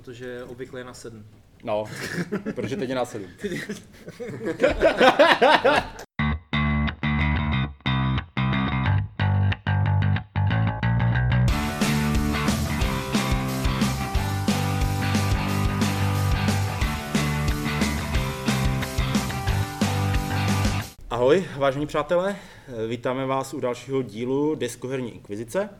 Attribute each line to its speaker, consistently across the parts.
Speaker 1: protože obvykle je na sedm.
Speaker 2: No, protože teď je na sedm. Ahoj, vážení přátelé, vítáme vás u dalšího dílu Deskoherní inkvizice.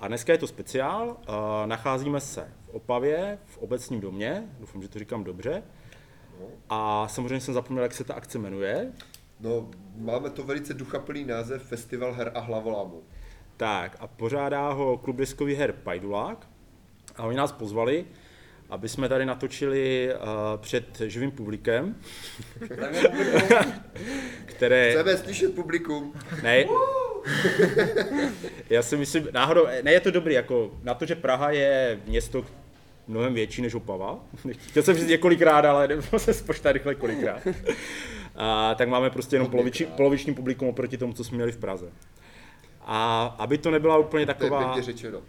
Speaker 2: A dneska je to speciál, eh, nacházíme se v Opavě, v obecním domě, doufám, že to říkám dobře. A samozřejmě jsem zapomněl, jak se ta akce jmenuje.
Speaker 3: No, máme to velice duchaplný název Festival her a hlavolámu.
Speaker 2: Tak a pořádá ho klub deskových her Pajdulák. A oni nás pozvali, aby jsme tady natočili eh, před živým publikem, které...
Speaker 3: Chceme slyšet publikum.
Speaker 2: Ne. Já si myslím, náhodou, ne, je to dobrý, jako na to, že Praha je město mnohem větší než Opava. Chtěl jsem říct několikrát, ale nebo se spočítá rychle kolikrát. A, tak máme prostě jenom poloviční, poloviční publikum oproti tomu, co jsme měli v Praze. A aby to nebyla úplně
Speaker 3: To je
Speaker 2: taková
Speaker 3: pěkně řečeno.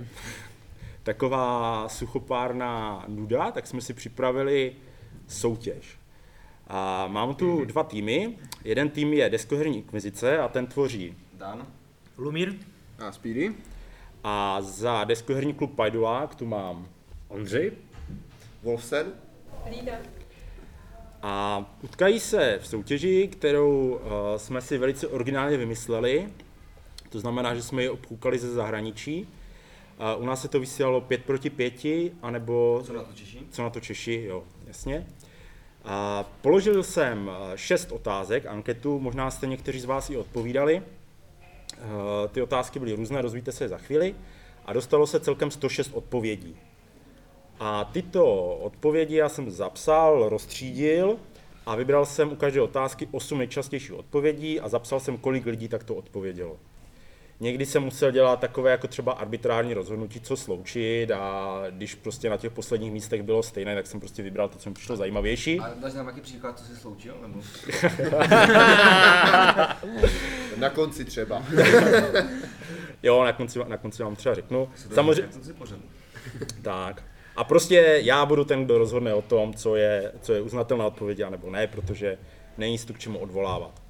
Speaker 2: taková suchopárná nuda, tak jsme si připravili soutěž. A mám tu
Speaker 3: Mhm.
Speaker 2: dva týmy. Jeden tým je Deskoherní inkvizice a ten tvoří
Speaker 1: Lumír?
Speaker 4: A Speedy?
Speaker 2: A za deskoherní klub Pajdulák tu mám.
Speaker 5: Ondřej?
Speaker 3: Wolfsen?
Speaker 6: Lída.
Speaker 2: A utkají se v soutěži, kterou eh, jsme si velice originálně vymysleli. To znamená, že jsme ji obkoukali ze zahraničí. Eh, u nás se to vysílalo 5 proti 5, anebo... Co na to Češi? Co na to Češi, jo, jasně. A položil jsem eh, šest otázek, anketu, možná jste někteří z vás i odpovídali. Eh, Ty otázky byly různé, dozvíte se je za chvíli. A dostalo se celkem 106 odpovědí. A tyto odpovědi já jsem zapsal, rozstřídil a vybral jsem u každé otázky 8 nejčastějších odpovědí a zapsal jsem, kolik lidí takto odpovědělo. Někdy jsem musel dělat takové jako třeba arbitrární rozhodnutí, co sloučit a když prostě na těch posledních místech bylo stejné, tak jsem prostě vybral to, co mi přišlo zajímavější.
Speaker 7: A dáš nám nějaký příklad, co jsi sloučil? Nebo?
Speaker 3: Na konci třeba.
Speaker 2: Jo, na konci, na konci vám třeba řeknu.
Speaker 7: Jak jsem si pořadl.
Speaker 2: Tak. A prostě já budu ten, kdo rozhodne o tom, co je, co je uznatelná odpověď a nebo ne, protože není se tu k čemu odvolávat.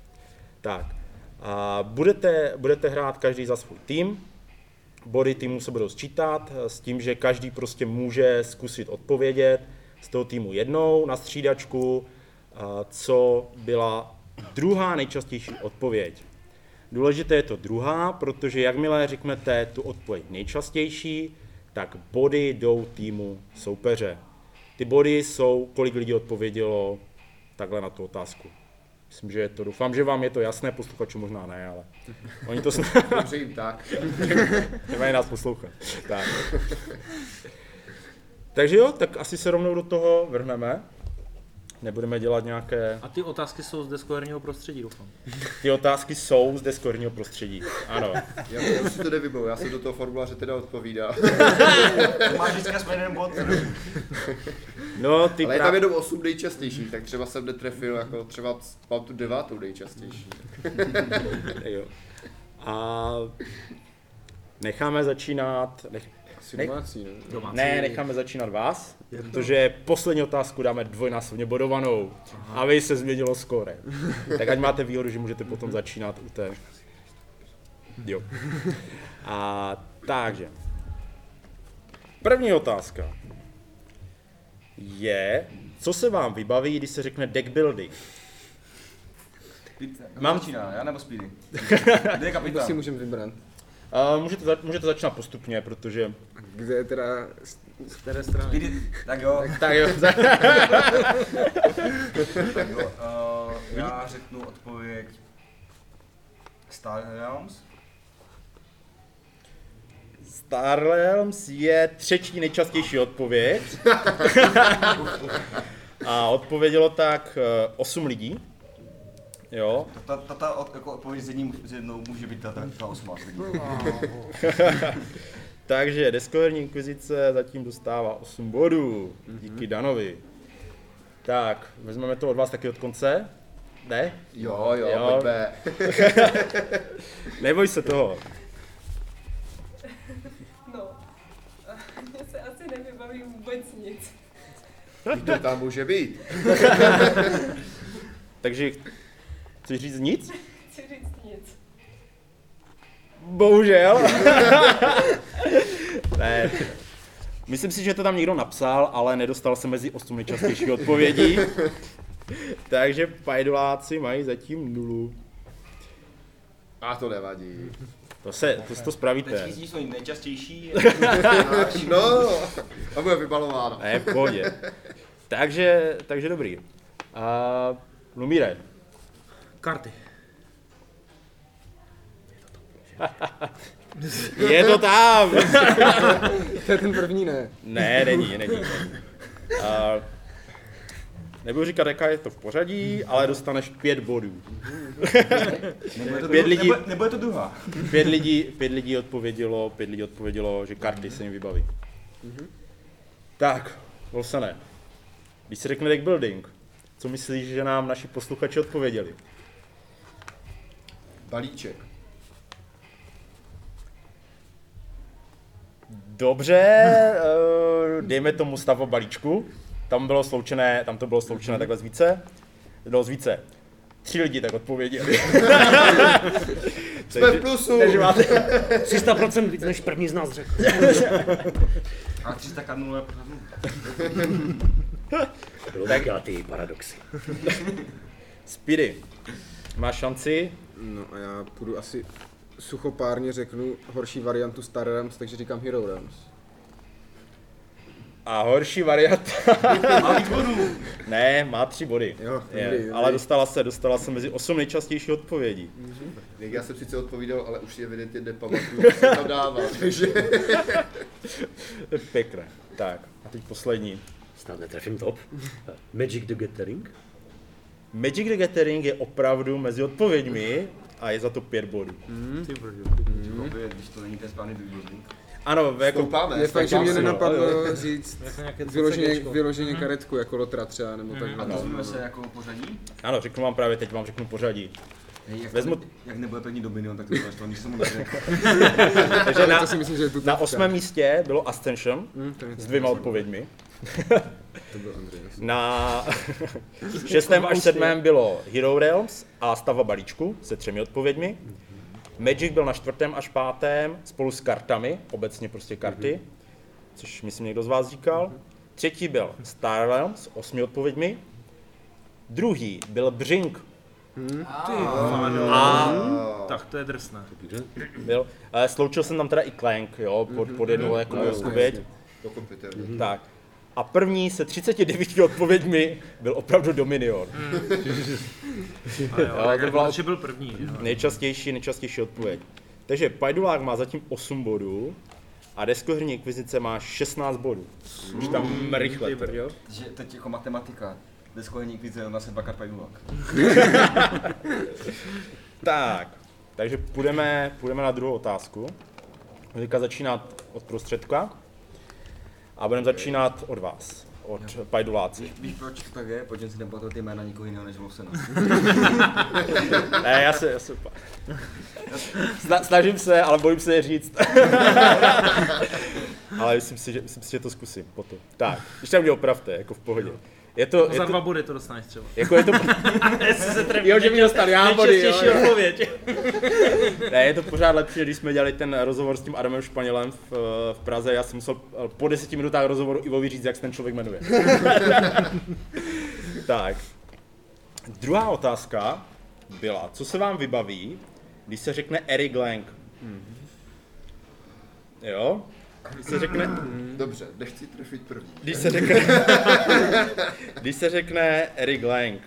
Speaker 2: Tak. A budete, budete hrát každý za svůj tým. Body týmu se budou sčítat eh, s tím, že každý prostě může zkusit odpovědět z toho týmu jednou na střídačku, eh, co byla druhá nejčastější odpověď. Důležité je to druhá, protože jakmile řeknete tu odpověď nejčastější, tak body jdou týmu soupeře. Ty body jsou, kolik lidí odpovědělo takhle na tu otázku. Myslím, že je to, doufám, že vám je to jasné, posluchačům možná ne, ale oni to snad
Speaker 3: Dobře jim tak.
Speaker 2: nemají nás poslouchat. Tak. Takže jo, tak asi se rovnou do toho vrhneme. Nebudeme dělat nějaké...
Speaker 1: A ty otázky jsou z deskoherního prostředí, doufám.
Speaker 2: Ty otázky jsou z deskorního prostředí. Ano.
Speaker 3: Já, já už si to nevybavu, já se do toho formuláře teda odpovídá.
Speaker 7: Máš vždycky aspoň jeden bod.
Speaker 2: No, ty
Speaker 3: Ale je tam
Speaker 2: právě...
Speaker 3: jenom 8 nejčastějších, tak třeba jsem netrefil, jako třeba mám tu devátou nejčastější.
Speaker 2: Jo. A necháme začínat... Nech...
Speaker 4: Asi
Speaker 2: Ne-
Speaker 4: domácí,
Speaker 7: no.
Speaker 4: ne?
Speaker 1: Domácí.
Speaker 2: Ne, necháme začínat vás, protože poslední otázku dáme dvojnásobně bodovanou, aby se změnilo skóre. Tak ať máte výhodu, že můžete potom začínat u té... Jo. A takže. První otázka je, co se vám vybaví, když se řekne deck building? Mám-
Speaker 7: Mám Čína, No, já nebo Speedy? Kde je
Speaker 4: Nebo si
Speaker 7: kapitán?
Speaker 4: můžeme vybrat.
Speaker 2: Uh, můžete, za, můžete začínat postupně, protože...
Speaker 4: Kde je teda...
Speaker 1: Z které strany?
Speaker 7: Speedy, tak jo,
Speaker 2: Tak jo, za...
Speaker 7: tak jo. Uh, já řeknu odpověď Star Realms.
Speaker 2: Starlems je třetí nejčastější odpověď. A odpovědělo tak eh, 8 lidí. Jo.
Speaker 7: Ta, ta, ta, ta od, jako odpověď s, jedním, s jednou může být ta, ta, ta osmá. Hmm.
Speaker 2: Takže Deskoherní inkvizice zatím dostává 8 bodů. Díky Danovi. Tak, vezmeme to od vás taky od konce. Ne?
Speaker 3: Jo, jo,
Speaker 2: Jo.
Speaker 3: jo. pojďme.
Speaker 2: Neboj se toho.
Speaker 6: No, mně se asi nevybaví vůbec nic.
Speaker 3: Vždyť to tam může být.
Speaker 2: Takže chceš říct nic?
Speaker 5: Chci říct nic.
Speaker 2: Bohužel. ne. Myslím si, že to tam někdo napsal, ale nedostal se mezi 8 nejčastějších odpovědí. Takže pajdoláci mají zatím nulu.
Speaker 3: A to nevadí.
Speaker 2: To se, to, to spravíte.
Speaker 7: Teď z nich jsou nejčastější.
Speaker 3: No, a bude vybalováno.
Speaker 2: Ne, v pohodě. Takže, takže dobrý. A Lumíre,
Speaker 1: Karty.
Speaker 2: je to tam!
Speaker 4: To je ten první, ne?
Speaker 2: Ne, není, není. A, nebudu říkat, jaká je to v pořadí, ale dostaneš pět bodů.
Speaker 7: Nebude to,
Speaker 2: Pět
Speaker 7: dru-
Speaker 2: lidí.
Speaker 7: nebude, nebude to druhá.
Speaker 2: Pět lidí, pět lidí odpovědělo, pět lidí odpovědělo, že karty se jim vybaví. Mhm. Tak, Volsane, když se řekne deck building, co myslíš, že nám naši posluchači odpověděli?
Speaker 3: Balíček.
Speaker 2: Dobře, eh, dejme tomu stav o balíčku. Tam bylo sloučené, tam to bylo sloučené takhle z více. No z více. Tři lidi tak odpověděli.
Speaker 3: Jsme v plusu.
Speaker 2: takže máte
Speaker 6: 300% víc než první z nás řekl.
Speaker 7: A 300 karnů je pořád nula.
Speaker 6: Logika ty paradoxy.
Speaker 2: Speedy. Máš šanci?
Speaker 4: No a já půjdu asi suchopárně řeknu horší variantu Star Realms, takže říkám Hero Realms.
Speaker 2: A horší varianta.
Speaker 7: Má víc bodů.
Speaker 2: Ne, má tři body.
Speaker 4: Jo,
Speaker 2: je,
Speaker 4: dobrý, dobrý.
Speaker 2: ale dostala se, dostala se mezi osm nejčastějších odpovědí.
Speaker 3: Jak já jsem sice odpovídal, ale už si evidentně nepamatuju, co jsem tam dával. Takže
Speaker 2: To je Pěkné. Tak, a teď poslední.
Speaker 6: Snad netrefím top. Magic the Gathering.
Speaker 2: Magic the Gathering je opravdu mezi odpověďmi a je za to pět bodů.
Speaker 1: Ty brdu.
Speaker 7: Blbě, Když to není ten správný důvodník.
Speaker 2: Ano, jako
Speaker 3: koupáme.
Speaker 4: Je fakt, že
Speaker 2: si,
Speaker 4: mě
Speaker 2: no.
Speaker 4: nenapadlo říct
Speaker 1: Jako nějaké
Speaker 4: vyloženě,
Speaker 1: CCGčko.
Speaker 4: vyloženě karetku, jako Lotra třeba, nebo
Speaker 1: Mhm.
Speaker 7: A
Speaker 4: tak.
Speaker 7: to jsme se jako pořadí.
Speaker 2: Ano, řeknu vám právě teď, vám řeknu pořadí.
Speaker 7: Hej, jak,
Speaker 2: Vezmu-
Speaker 7: Vezmu... jak nebude první Dominion, tak to bude to, nic se mu neřekne.
Speaker 2: Takže na,
Speaker 4: To si myslím, že je tu
Speaker 2: na
Speaker 4: tečka.
Speaker 2: osmém místě bylo Ascension
Speaker 4: Hm, to je-
Speaker 2: s dvěma odpověďmi.
Speaker 4: To byl Andrej. asi.
Speaker 2: Na šestém až sedmém bylo Hero Realms a Stava balíčku se třemi odpověďmi.
Speaker 4: Mhm.
Speaker 2: Magic byl na čtvrtém až pátém spolu s kartami, obecně prostě karty,
Speaker 4: Mhm.
Speaker 2: což myslím někdo z vás říkal. Třetí byl Star Realms s osmi odpověďmi. Druhý byl Břink,
Speaker 1: Tak to je drsné.
Speaker 2: byl, eh, sloučil jsem tam teda i Clank, jo, pod,
Speaker 4: Mhm.
Speaker 2: pod jednou jako
Speaker 3: No,
Speaker 2: no,
Speaker 3: jasně,
Speaker 2: odpověď.
Speaker 3: To komputer.
Speaker 2: Hmm. Tak. A první se 39 odpověďmi byl opravdu Dominion.
Speaker 1: A jo,
Speaker 2: Ale to
Speaker 1: tak
Speaker 2: byla-
Speaker 1: Arnold, že byl první, že jo.
Speaker 2: Nejčastější, nejčastější odpověď. Takže Pajdulák má zatím 8 bodů a deskohrní inkvizice má 16 bodů. Už tam rychle.
Speaker 1: Ty
Speaker 2: to.
Speaker 1: brďo.
Speaker 7: Takže teď jako matematika. Deskojení klidce rovná se dvakrát pajdulák.
Speaker 2: Tak, takže půjdeme, půjdeme na druhou otázku. Teďka začínat od prostředka a budeme začínat od vás, od Pajduláci.
Speaker 7: Víš proč to tak je? Protože si nepamatuju ty jména nikoho jiného než Volsena.
Speaker 2: Ne, já se, já se Sna- snažím se, ale bojím se je říct. ale myslím si, že, myslím si, že to zkusím potom. Tak, když tam mě opravte, jako v pohodě. Je to,
Speaker 1: No
Speaker 2: je
Speaker 1: Za dva
Speaker 2: to,
Speaker 1: body to dostaneš třeba.
Speaker 2: jako je to,
Speaker 1: Jestli se trefí
Speaker 4: Jo, že mi dostal já body, jo.
Speaker 1: nejčastější odpověď.
Speaker 2: ne, je to pořád lepší, když jsme dělali ten rozhovor s tím Adamem Španělem v, eh, v Praze. Já jsem musel eh, po deseti minutách rozhovoru Ivovi říct, jak se ten člověk jmenuje. tak. Druhá otázka byla, co se vám vybaví, když se řekne Eric Lang? Mm-hmm. Jo? Když se řekne,
Speaker 4: Mhm.
Speaker 3: Dobře, nechci trefit první.
Speaker 2: když se řekne, když se řekne Eric Lang,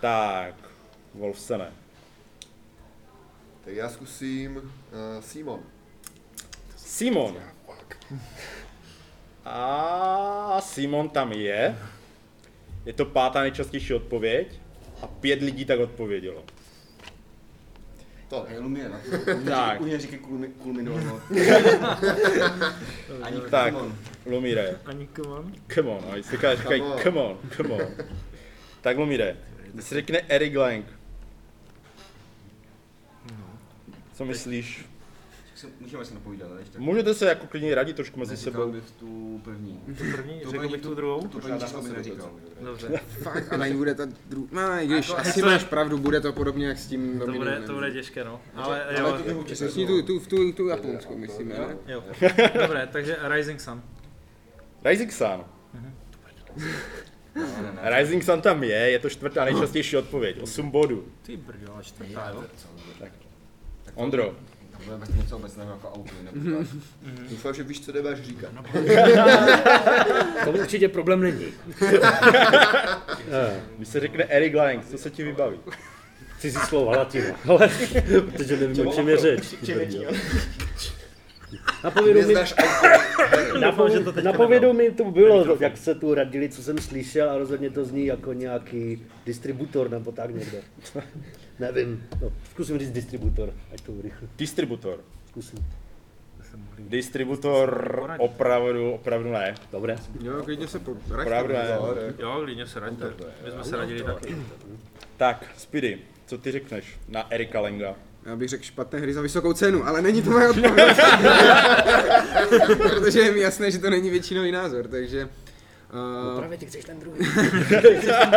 Speaker 2: tak Wolfsene.
Speaker 3: Tak já zkusím uh, Simon.
Speaker 2: Simon. A Simon tam je. Je to pátá nejčastější odpověď. A pět lidí tak odpovědělo.
Speaker 3: To ne.
Speaker 7: Hej, Lumiera.
Speaker 2: Tak,
Speaker 7: U něj říkají kulmi- kulminovalo. Ani
Speaker 2: tak,
Speaker 7: Timon.
Speaker 2: Lumire.
Speaker 1: Ani kvan.
Speaker 2: Come on, no, oni se říkají, říkají,
Speaker 3: Come on.
Speaker 2: come on, come on. Tak Lumire, když se řekne Eric Lang. Co myslíš?
Speaker 7: si, můžeme si napovídat, ale ještě.
Speaker 2: Můžete se jako klidně radit trošku mezi
Speaker 7: Neříkal
Speaker 2: sebou.
Speaker 7: bych tu první.
Speaker 1: První, řekl bych tu druhou.
Speaker 7: Tu první číslo bych neříkal.
Speaker 1: Dobře,
Speaker 4: Fakt, ale bude ta druhá. No, i když
Speaker 1: Jako,
Speaker 4: asi
Speaker 1: co-
Speaker 4: máš pravdu, bude to podobně jak s tím
Speaker 1: to bude,
Speaker 4: Dominem.
Speaker 1: to bude těžké, no. Ale jo,
Speaker 3: Ale tu
Speaker 4: Přesně tu, tu, tu, tu japonskou, myslím, ne?
Speaker 1: jo. Dobré, takže Rising Sun.
Speaker 2: Rising Sun. Rising Sun tam je, je to čtvrtá nejčastější odpověď, 8 bodů.
Speaker 1: Ty brdo, ale čtvrtá, jo.
Speaker 2: Ondro,
Speaker 7: To bude bez něco obecného jako auto, nebo tak.
Speaker 3: Doufám, že víš, co nebáš říkat.
Speaker 6: To určitě problém není.
Speaker 2: když se řekne Eric Lang, co se ti vybaví?
Speaker 6: Cizí slova latina, ale protože nevím, o čem je řeč. Napovědou mi,
Speaker 3: Neznáš auto.
Speaker 1: Doufám, že to teďka
Speaker 6: napovědou mi to bylo, jak se tu radili, co jsem slyšel a rozhodně to zní jako nějaký distributor nebo tak někde. Nevím, no, zkusím říct distributor, ať to rychle
Speaker 2: Distributor.
Speaker 6: zkusím.
Speaker 2: Distributor opravdu, opravdu ne.
Speaker 6: Dobré.
Speaker 4: Jo, klidně se po...
Speaker 2: Opravdu ne.
Speaker 1: Jo, klidně se raďte. My jsme se radili taky.
Speaker 2: Tak, Speedy, co ty řekneš na Erika Lenga?
Speaker 4: Já bych řekl špatné hry za vysokou cenu, ale není to moje odpověď. Protože je mi jasné, že to není většinový názor, takže... Uh,
Speaker 6: Právě ty chceš ten druhý.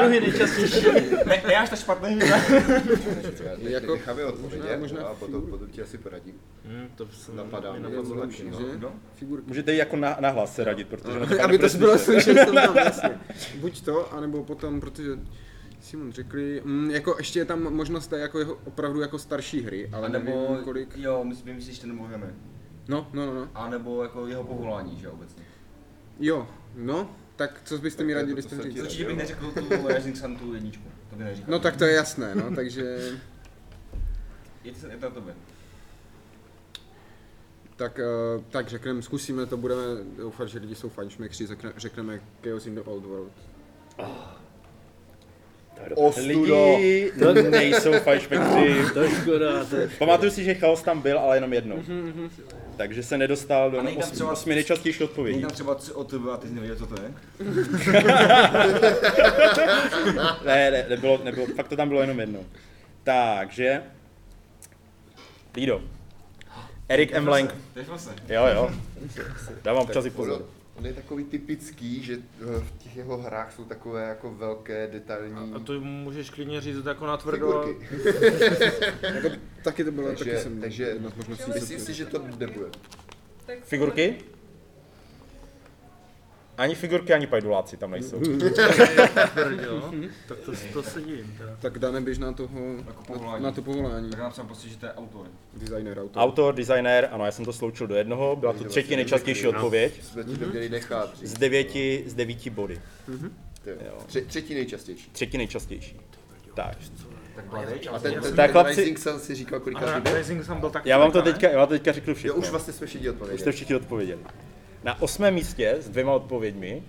Speaker 1: Druhý nejčastější.
Speaker 7: Ne, ne až tak špatný.
Speaker 4: Jako-
Speaker 3: Jako, necháme odpovědět
Speaker 4: možná
Speaker 3: a potom, potom ti asi poradím.
Speaker 1: Hm, to se
Speaker 3: Hmm, Napadá mě.
Speaker 4: napadlo
Speaker 3: něco
Speaker 4: lepší,
Speaker 3: lepšího.
Speaker 4: že?
Speaker 3: No.
Speaker 4: figurky.
Speaker 2: Můžete jí jako na, nahlas se radit, protože na to
Speaker 4: Aby
Speaker 2: padne
Speaker 4: to
Speaker 2: prst.
Speaker 4: bylo slyšet, jsem tam jasně. Buď to, anebo potom, protože Simon řekli, mm, jako ještě je tam možnost té jako jeho, opravdu jako starší hry, ale
Speaker 7: A
Speaker 4: nebo
Speaker 7: nebo,
Speaker 4: kolik.
Speaker 7: jo, my si myslíš, že ten mluvíme.
Speaker 4: No, no, no, no.
Speaker 7: A nebo jako jeho povolání, že obecně.
Speaker 4: Jo, no, tak co byste mi
Speaker 3: Tak to
Speaker 4: radili,
Speaker 3: je
Speaker 4: byste
Speaker 3: to, co ti
Speaker 4: říct?
Speaker 7: Určitě bych neřekl tu Rising Sun, tu jedničku. To by neříkal.
Speaker 4: No tak to je jasné, no, takže...
Speaker 7: Je to, je to tobě.
Speaker 4: Tak, eh, tak řekneme, zkusíme to, budeme doufat, že lidi jsou fajnšmekři, řekne, řekneme Chaos in the Old World.
Speaker 6: To je dobré.
Speaker 3: Ostudo.
Speaker 2: Lidi to nejsou fajšpekři.
Speaker 6: To je škoda, Mhm, to je
Speaker 2: Pamatuju si, že chaos tam byl, ale jenom jednou. Takže se nedostal do
Speaker 7: A nejde
Speaker 2: osmi,
Speaker 7: třeba-
Speaker 2: osmi nejčastějších
Speaker 7: Není
Speaker 2: odpovědí.
Speaker 7: tam třeba c- o tebe a ty jsi nevěděl, co to je?
Speaker 2: Ne, ne, nebylo, nebylo, fakt to tam bylo jenom jednou. Takže... Lido. Erik M. Lang.
Speaker 7: Trefil se.
Speaker 2: Jo, jo. Dávám občas i pozor.
Speaker 3: Ono- On je takový typický, že eh, v těch jeho hrách jsou takové jako velké, detailní
Speaker 1: A to můžeš klidně říct jako na tvrdo.
Speaker 3: figurky.
Speaker 4: Taky to bylo, taky
Speaker 3: Takže,
Speaker 4: jsem...
Speaker 3: takže
Speaker 7: no.
Speaker 4: jedna z možností, co
Speaker 3: myslím si, že to nebude.
Speaker 2: Figurky? Ani figurky, ani pajduláci tam nejsou.
Speaker 1: Brdo. Tak to, to se divím teda.
Speaker 4: Tak dáme běž na toho,
Speaker 7: Jako
Speaker 4: na,
Speaker 7: povolání.
Speaker 4: na to povolání.
Speaker 7: Tak já napsal prostě, že to je autor.
Speaker 4: Designer auto.
Speaker 2: Autor, designer, ano, já jsem to sloučil do jednoho, byla to třetí nejčastější odpověď.
Speaker 3: Jsme ti to měli nechat.
Speaker 2: Z devěti, z devíti body.
Speaker 3: ty jo. Tře, třetí nejčastější.
Speaker 2: Třetí nejčastější. Tak,
Speaker 7: Tak bladeč,
Speaker 3: A ten, ten,
Speaker 2: Tak,
Speaker 3: ten
Speaker 2: chlapci-
Speaker 3: Rising Sun si říkal
Speaker 1: A
Speaker 3: kolikrát
Speaker 1: na
Speaker 3: bude.
Speaker 1: Rising Sun byl tak.
Speaker 2: já vám to
Speaker 1: ne?
Speaker 2: teďka, já vám to teďka řeknu
Speaker 3: Jo,
Speaker 2: všechno.
Speaker 3: už vlastně jsme všichni
Speaker 2: Už jste
Speaker 3: odpověděli.
Speaker 2: všichni odpověděli. Na osmém místě s dvěma odpověďmi,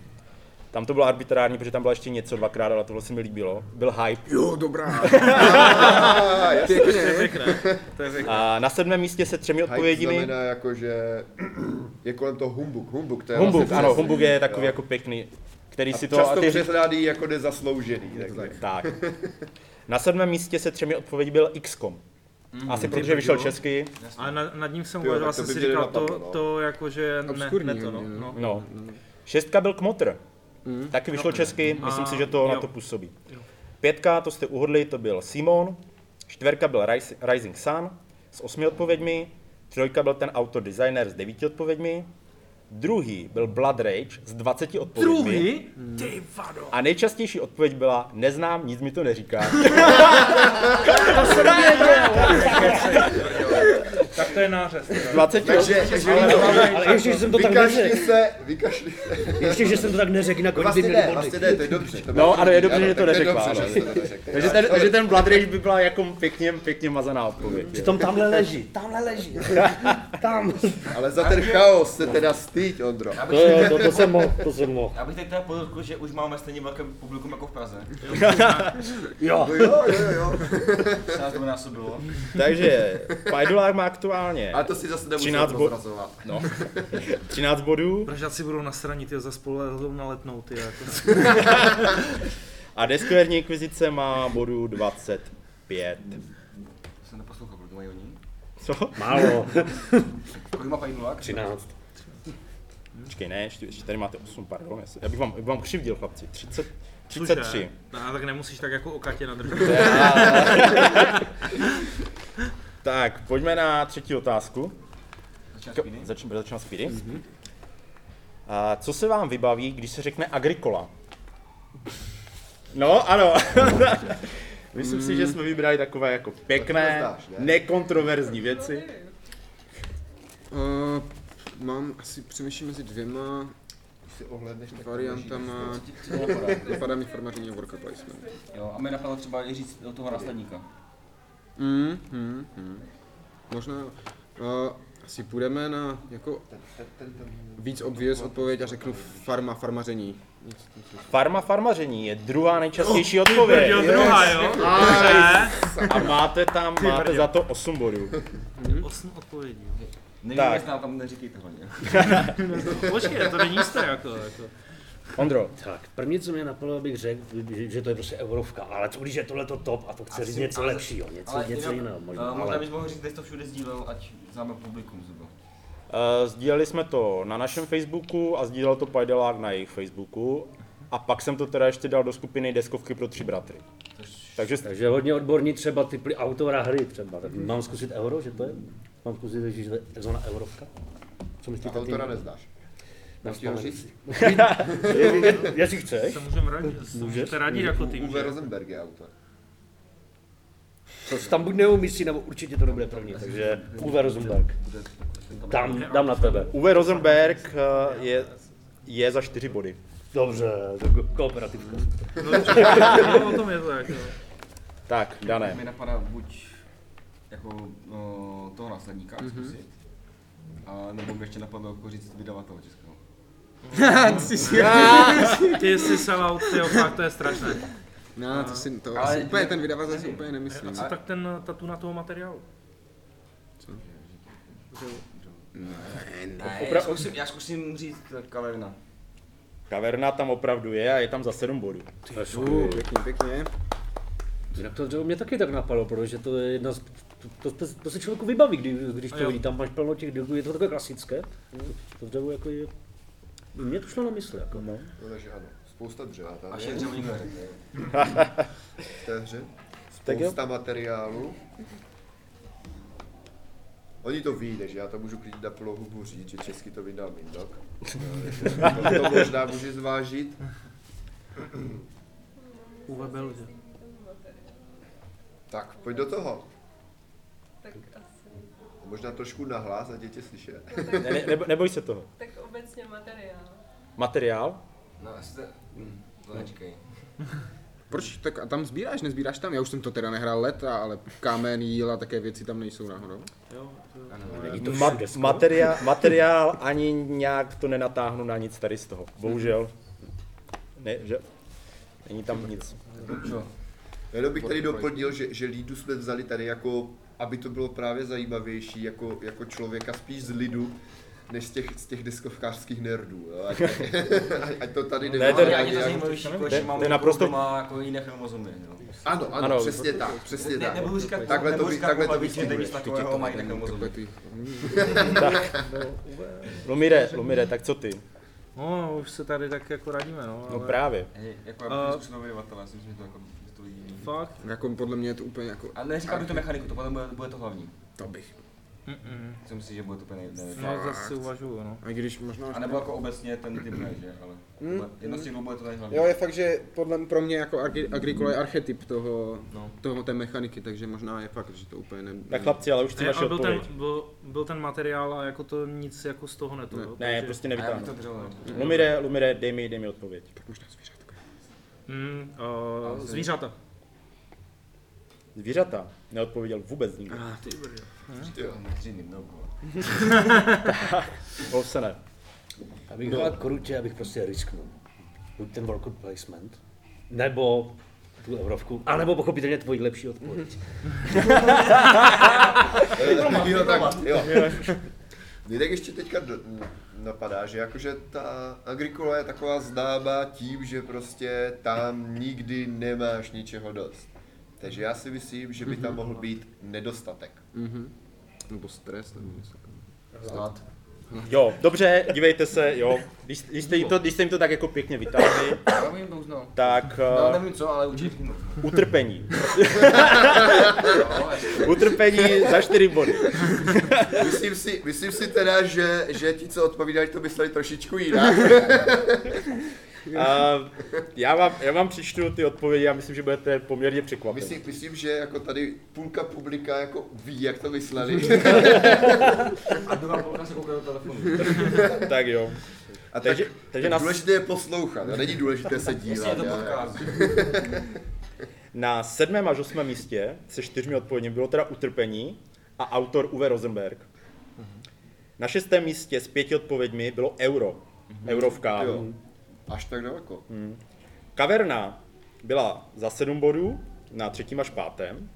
Speaker 2: tam to bylo arbitrární, protože tam bylo ještě něco dvakrát, ale tohle se mi líbilo, byl hype.
Speaker 4: Jo, dobrá.
Speaker 1: To je
Speaker 4: Pěkně.
Speaker 1: pěkné. To je pěkné.
Speaker 2: A na sedmém místě se třemi
Speaker 3: Hype
Speaker 2: odpověďmi.
Speaker 3: znamená jako, že je kolem toho humbug. Humbug, to je
Speaker 2: Humbug,
Speaker 3: vlastně
Speaker 2: ano,
Speaker 3: přesný.
Speaker 2: humbug je takový jako pěkný, který
Speaker 3: A
Speaker 2: si to...
Speaker 3: často
Speaker 2: a ty-
Speaker 3: přehledý jako nezasloužený. Tak,
Speaker 2: Tak. Na sedmém místě se třemi odpovědi byl XCOM.
Speaker 1: Mm.
Speaker 2: Asi protože vyšel česky,
Speaker 1: A nad, nad ním jsem
Speaker 3: Jo,
Speaker 1: uvažoval,
Speaker 3: tak to
Speaker 1: jsem
Speaker 3: by
Speaker 1: si
Speaker 3: mě
Speaker 1: říkal
Speaker 3: nenapadlo,
Speaker 1: to,
Speaker 3: no.
Speaker 1: to jako, že ne,
Speaker 4: Obskurní
Speaker 1: ne to, no.
Speaker 4: hodně, no.
Speaker 1: no.
Speaker 2: no. Šestka byl Kmotr,
Speaker 3: Mm.
Speaker 2: taky vyšlo česky, myslím si, že to
Speaker 1: A,
Speaker 2: na
Speaker 1: jo.
Speaker 2: to působí.
Speaker 1: Jo.
Speaker 2: Pětka, to jste uhodli, to byl Simon, čtverka byl Rise- Rising Sun s osmi odpověďmi, trojka byl ten auto designer s devíti odpověďmi, druhý byl Blood Rage s 20 odpověďmi.
Speaker 1: Druhý? Ty vado.
Speaker 2: A nejčastější odpověď byla, neznám, nic mi to neříká.
Speaker 1: Tak to je nářez.
Speaker 2: 20
Speaker 3: takže, takže Lido,
Speaker 6: Ale ještě, že jsem to tak
Speaker 3: vykašli
Speaker 6: neřekl,
Speaker 3: se, vykašli se.
Speaker 6: ještě, že jsem to tak neřekl, na konci
Speaker 3: Vlastně
Speaker 6: by měli
Speaker 3: ne,
Speaker 6: body.
Speaker 3: vlastně ne, to je dobře. to
Speaker 2: No,
Speaker 3: bylo
Speaker 2: ano,
Speaker 3: první.
Speaker 2: je dobře, že to
Speaker 3: tak
Speaker 2: neřekla,
Speaker 3: je
Speaker 2: ano.
Speaker 3: dobře, že jste to neřekla.
Speaker 2: Takže ten, takže ten Blood Rage by byla jako pěkně, pěkně mazaná odpověď. jo.
Speaker 6: Přitom tamhle leží, tamhle leží, tam.
Speaker 3: Ale za ten chaos se teda styď, Ondro.
Speaker 7: Já
Speaker 6: To
Speaker 7: bych,
Speaker 6: jo, to, to jsem mohl, to jsem mohl.
Speaker 7: já bych teď teda podotkl, že už máme stejně velké publikum jako v Praze.
Speaker 6: Jo,
Speaker 3: No jo, jo, jo.
Speaker 7: Se nás dvojnásobilo.
Speaker 2: Takže Pajdulák má aktuálně
Speaker 3: A to si zase nemusel
Speaker 2: 13 bod.
Speaker 3: prozrazovat.
Speaker 2: 13 bodů
Speaker 1: Pražáci budou nasraní, ty za spolu lezou na letnou, ty jako.
Speaker 2: a deskverní inkvizice má bodů 25.
Speaker 7: Jsem neposlouchal, kolik mají oni.
Speaker 2: Co?
Speaker 6: Málo,
Speaker 7: Kolik má paní nulák?
Speaker 6: 13.
Speaker 2: Počkej, ne, ještě, ještě tady máte 8, pardon. Já, se- já bych vám, já bych vám křivdil, chlapci. 30, 33.
Speaker 1: No, a tak nemusíš tak jako o Katě nadržet.
Speaker 2: Tak, pojďme na třetí otázku.
Speaker 7: Začíná
Speaker 2: K-
Speaker 7: spíny.
Speaker 2: Začn, začínám speedy. A co se vám vybaví, když se řekne Agricola? No, ano. Myslím si, že jsme vybrali takové jako pěkné,
Speaker 3: neznáš, ne?
Speaker 2: nekontroverzní věci.
Speaker 4: Uh, mám asi přemýšlím mezi dvěma
Speaker 3: Když si ohledneš, tak
Speaker 4: variantama.
Speaker 7: Co ti- co ti napadá?
Speaker 4: Napadá mi formaření worker placement.
Speaker 7: Jo, a mi napadlo třeba i říct do toho následníka.
Speaker 4: Mm, mm, mm. Možná uh, asi půjdeme na jako víc obvěz odpověď a řeknu farma, farmaření.
Speaker 2: Farma farmaření je druhá nejčastější odpověď.
Speaker 1: Jo, druhá, jo? Dobře.
Speaker 2: A máte tam, máte za to 8 bodů.
Speaker 1: Osm odpovědí.
Speaker 7: Nevím,
Speaker 2: Tak.
Speaker 7: tak. jestli nám tam neříkejte hodně.
Speaker 1: Počkej, to není jisté, jako. jako.
Speaker 2: Ondro,
Speaker 6: Tak, první, co mě napadlo, bych řekl, že, že to je prostě eurovka, ale co když je tohleto top a to chce říct něco lepšího, něco, něco jiného možná,
Speaker 7: Uh, možná
Speaker 6: ale
Speaker 7: bys mohl říct, kde jsi to všude sdílel, ať známe publikum zhruba.
Speaker 2: Eh, Sdíleli jsme to na našem Facebooku a sdílel to Pajdelák na jejich Facebooku. A pak jsem to teda ještě dal do skupiny Deskovky pro tři bratry. Takže s-
Speaker 6: takže hodně odborní třeba typy autora hry třeba, tak mám zkusit euro, že to je? Mám zkusit, že to je takzvaná eurovka? Co myslíte?
Speaker 3: Autora neznáš.
Speaker 6: Na
Speaker 3: Chtěl říct?
Speaker 6: Jestli chceš.
Speaker 1: Se můžeme radit, se můžete radit jako tým,
Speaker 3: Uwe
Speaker 1: že?
Speaker 3: Rosenberg je autor.
Speaker 6: To se tam buď neumístí, nebo určitě to nebude první, takže Uwe Rosenberg. Tam, dám na tebe.
Speaker 2: Uwe Rosenberg eh, je, je za čtyři body.
Speaker 6: Dobře, tak ko- kooperativka.
Speaker 1: No, o tom je to, jako.
Speaker 2: Tak,
Speaker 7: Mi
Speaker 2: Dané.
Speaker 7: napadá buď jako no, toho následníka
Speaker 2: Mhm.
Speaker 7: zkusit, a nebo mi ještě napadlo jako říct vydavatele českého.
Speaker 1: Ty jsi sellout, ty jo, fakt, to je strašné.
Speaker 4: No, to si to
Speaker 7: Ale-
Speaker 4: asi úplně ten vydavatel si úplně nemyslím.
Speaker 1: Co tak ten tatu na toho materiálu?
Speaker 7: Eh, Já zkusím, já zkusím říct eh, Kalerna.
Speaker 2: Kaverna tam opravdu je a je tam za sedm bodů.
Speaker 4: Uh, pěkně, pěkně.
Speaker 6: Jinak to, to mě taky tak napadlo, protože to je jedna z, to, to, to, se člověku vybaví, kdy, když
Speaker 1: A jo.
Speaker 6: to vidí, tam máš plno těch dogů, je to takové klasické. To dřevo jako je, mě to šlo na mysl, jako. No.
Speaker 3: No, takže ano. Spousta dřeva tam
Speaker 7: A
Speaker 3: je
Speaker 7: šetře mu nikdo neřekne.
Speaker 3: v té hře.
Speaker 2: Tak jo.
Speaker 3: Spousta materiálu. Oni to ví, takže já to můžu klidně na plnou hubu říct, že česky to vydal Mindok. Eh, to, to možná může zvážit.
Speaker 1: Uwe Belge.
Speaker 3: Tak, pojď do toho.
Speaker 5: Tak asi.
Speaker 3: Možná trošku nahlas a děti slyšet.
Speaker 2: Ne, ne, nebo, neboj se toho.
Speaker 5: Tak obecně materiál.
Speaker 2: Materiál?
Speaker 7: No, asi to... hm, To nečekej.
Speaker 4: Proč? Tak a tam sbíráš, nezbíráš tam? Já už jsem to teda nehrál leta, ale kámen, jíl a také věci tam nejsou náhodou.
Speaker 1: Jo, to jo.
Speaker 2: Ma, materiál, materiál ani nějak to nenatáhnu na nic tady z toho. Bohužel. Ne, že, není tam nic.
Speaker 7: Co?
Speaker 3: Jenom bych tady doplnil, že, že lídu jsme vzali tady jako, aby to bylo právě zajímavější, jako, jako člověka spíš z lidu, než z těch, z těch deskovkářských nerdů. Jo? Ať, ať to tady
Speaker 2: Ne, to
Speaker 3: nemáme
Speaker 2: je-
Speaker 3: ani,
Speaker 7: Já mě to
Speaker 3: ani,
Speaker 7: zajímavější,
Speaker 2: to je
Speaker 7: konečně mám
Speaker 2: naprosto-
Speaker 7: naprosto... doma jako jiné chromozomy. No.
Speaker 3: Ano, ano,
Speaker 2: Ano.
Speaker 3: přesně tak, přesně
Speaker 7: Ne,
Speaker 3: tak.
Speaker 7: nebudu říkat,
Speaker 3: Takhle to
Speaker 7: nebudu
Speaker 3: vy-
Speaker 7: říkat,
Speaker 3: takhle to
Speaker 7: ale víš, že není nic
Speaker 3: vystihuješ.
Speaker 7: takového, mají jiné chromozomy.
Speaker 4: Takové ty
Speaker 2: Lumire, Lumire, tak co ty?
Speaker 1: No, už se tady tak jako radíme, no.
Speaker 2: No
Speaker 1: ale-
Speaker 2: právě.
Speaker 7: Hej, Jako já
Speaker 1: A-
Speaker 7: bych zkusil vydavatele, já si myslím, že to jako že to lidi. ví.
Speaker 1: Fakt.
Speaker 4: Jako podle mě je to úplně jako...
Speaker 7: A neříkám bych to mechaniku, to potom bude, bude to hlavní.
Speaker 4: To bych.
Speaker 1: Mm-mm.
Speaker 7: Myslím si, že bude to úplně nej- nejlepší.
Speaker 1: No, zase uvažuju, no.
Speaker 4: A i když možná...
Speaker 7: A nebo jako obecně ten typ ne, že? Ale
Speaker 4: Hmm.
Speaker 7: jedno z těch dvou bude to nejhlavní.
Speaker 4: Jo, je fakt, že podle pro mě jako agri- Agricola je archetyp toho,
Speaker 1: No.
Speaker 4: toho té mechaniky, takže možná je fakt, že to úplně ne...
Speaker 2: Tak chlapci, ale už chci
Speaker 1: Ne,
Speaker 2: vaše
Speaker 1: ale byl
Speaker 2: odpověď.
Speaker 1: ten, byl, byl ten materiál a jako to nic jako z toho neto. jo,
Speaker 2: Ne,
Speaker 1: takže-
Speaker 2: prostě
Speaker 7: A já bych to
Speaker 2: nevytáhnu.
Speaker 7: dřelo.
Speaker 2: Lumire, Lumire, dej mi, dej mi odpověď.
Speaker 4: Tak možná zvířátko.
Speaker 1: Mm, uh, zvířata.
Speaker 2: Zvířata neodpověděl vůbec nikdo.
Speaker 1: Ah, Ty brdo.
Speaker 7: Dřiny, no,
Speaker 2: Wolf se ne.
Speaker 6: Abych no. krutě, abych prostě risknul. Buď ten worker placement, nebo tu eurovku, anebo pochopitelně tvoji lepší odpověď.
Speaker 3: Jo, tak, jo. Mě tak ještě teďka do- napadá, že jakože ta agrikola je taková známá tím, že prostě tam nikdy nemáš ničeho dost. Takže já si myslím, že by tam mohl být nedostatek.
Speaker 4: Mhm. Nebo stres, nebo něco takového.
Speaker 7: Stát.
Speaker 2: Jo, dobře, dívejte se, jo. Když, když, jste, jim to, když jste jim to tak jako pěkně vytáhli,
Speaker 7: Já vím, to uznal.
Speaker 2: tak
Speaker 7: No,
Speaker 2: uh,
Speaker 7: nevím co, ale určitě. No,
Speaker 2: utrpení.
Speaker 7: jasně.
Speaker 2: Utrpení za čtyři body.
Speaker 3: Myslím si, myslím si teda, že, že ti, co odpovídali, to mysleli trošičku jinak.
Speaker 2: Uh, já, vám, já vám přečtu ty odpovědi, já myslím, že budete poměrně překvapeni.
Speaker 3: Myslím, myslím, že jako tady půlka publika jako ví, jak to mysleli.
Speaker 7: A druhá polka se kouká do telefonu.
Speaker 2: Tak jo.
Speaker 3: A tak,
Speaker 2: Takže, takže na,
Speaker 3: důležité je poslouchat, a není důležité se
Speaker 7: Jestli je
Speaker 3: dívat.
Speaker 7: to
Speaker 3: já-
Speaker 7: podcast.
Speaker 2: na sedmém až osmém místě se čtyřmi odpovědmi bylo teda utrpení a autor Uwe Rosenberg. Na šestém místě s pěti odpověďmi bylo euro. Eurovka.
Speaker 3: Jo. Až tak daleko.
Speaker 2: Hmm. Kaverna byla za 7 bodů na třetím až pátém.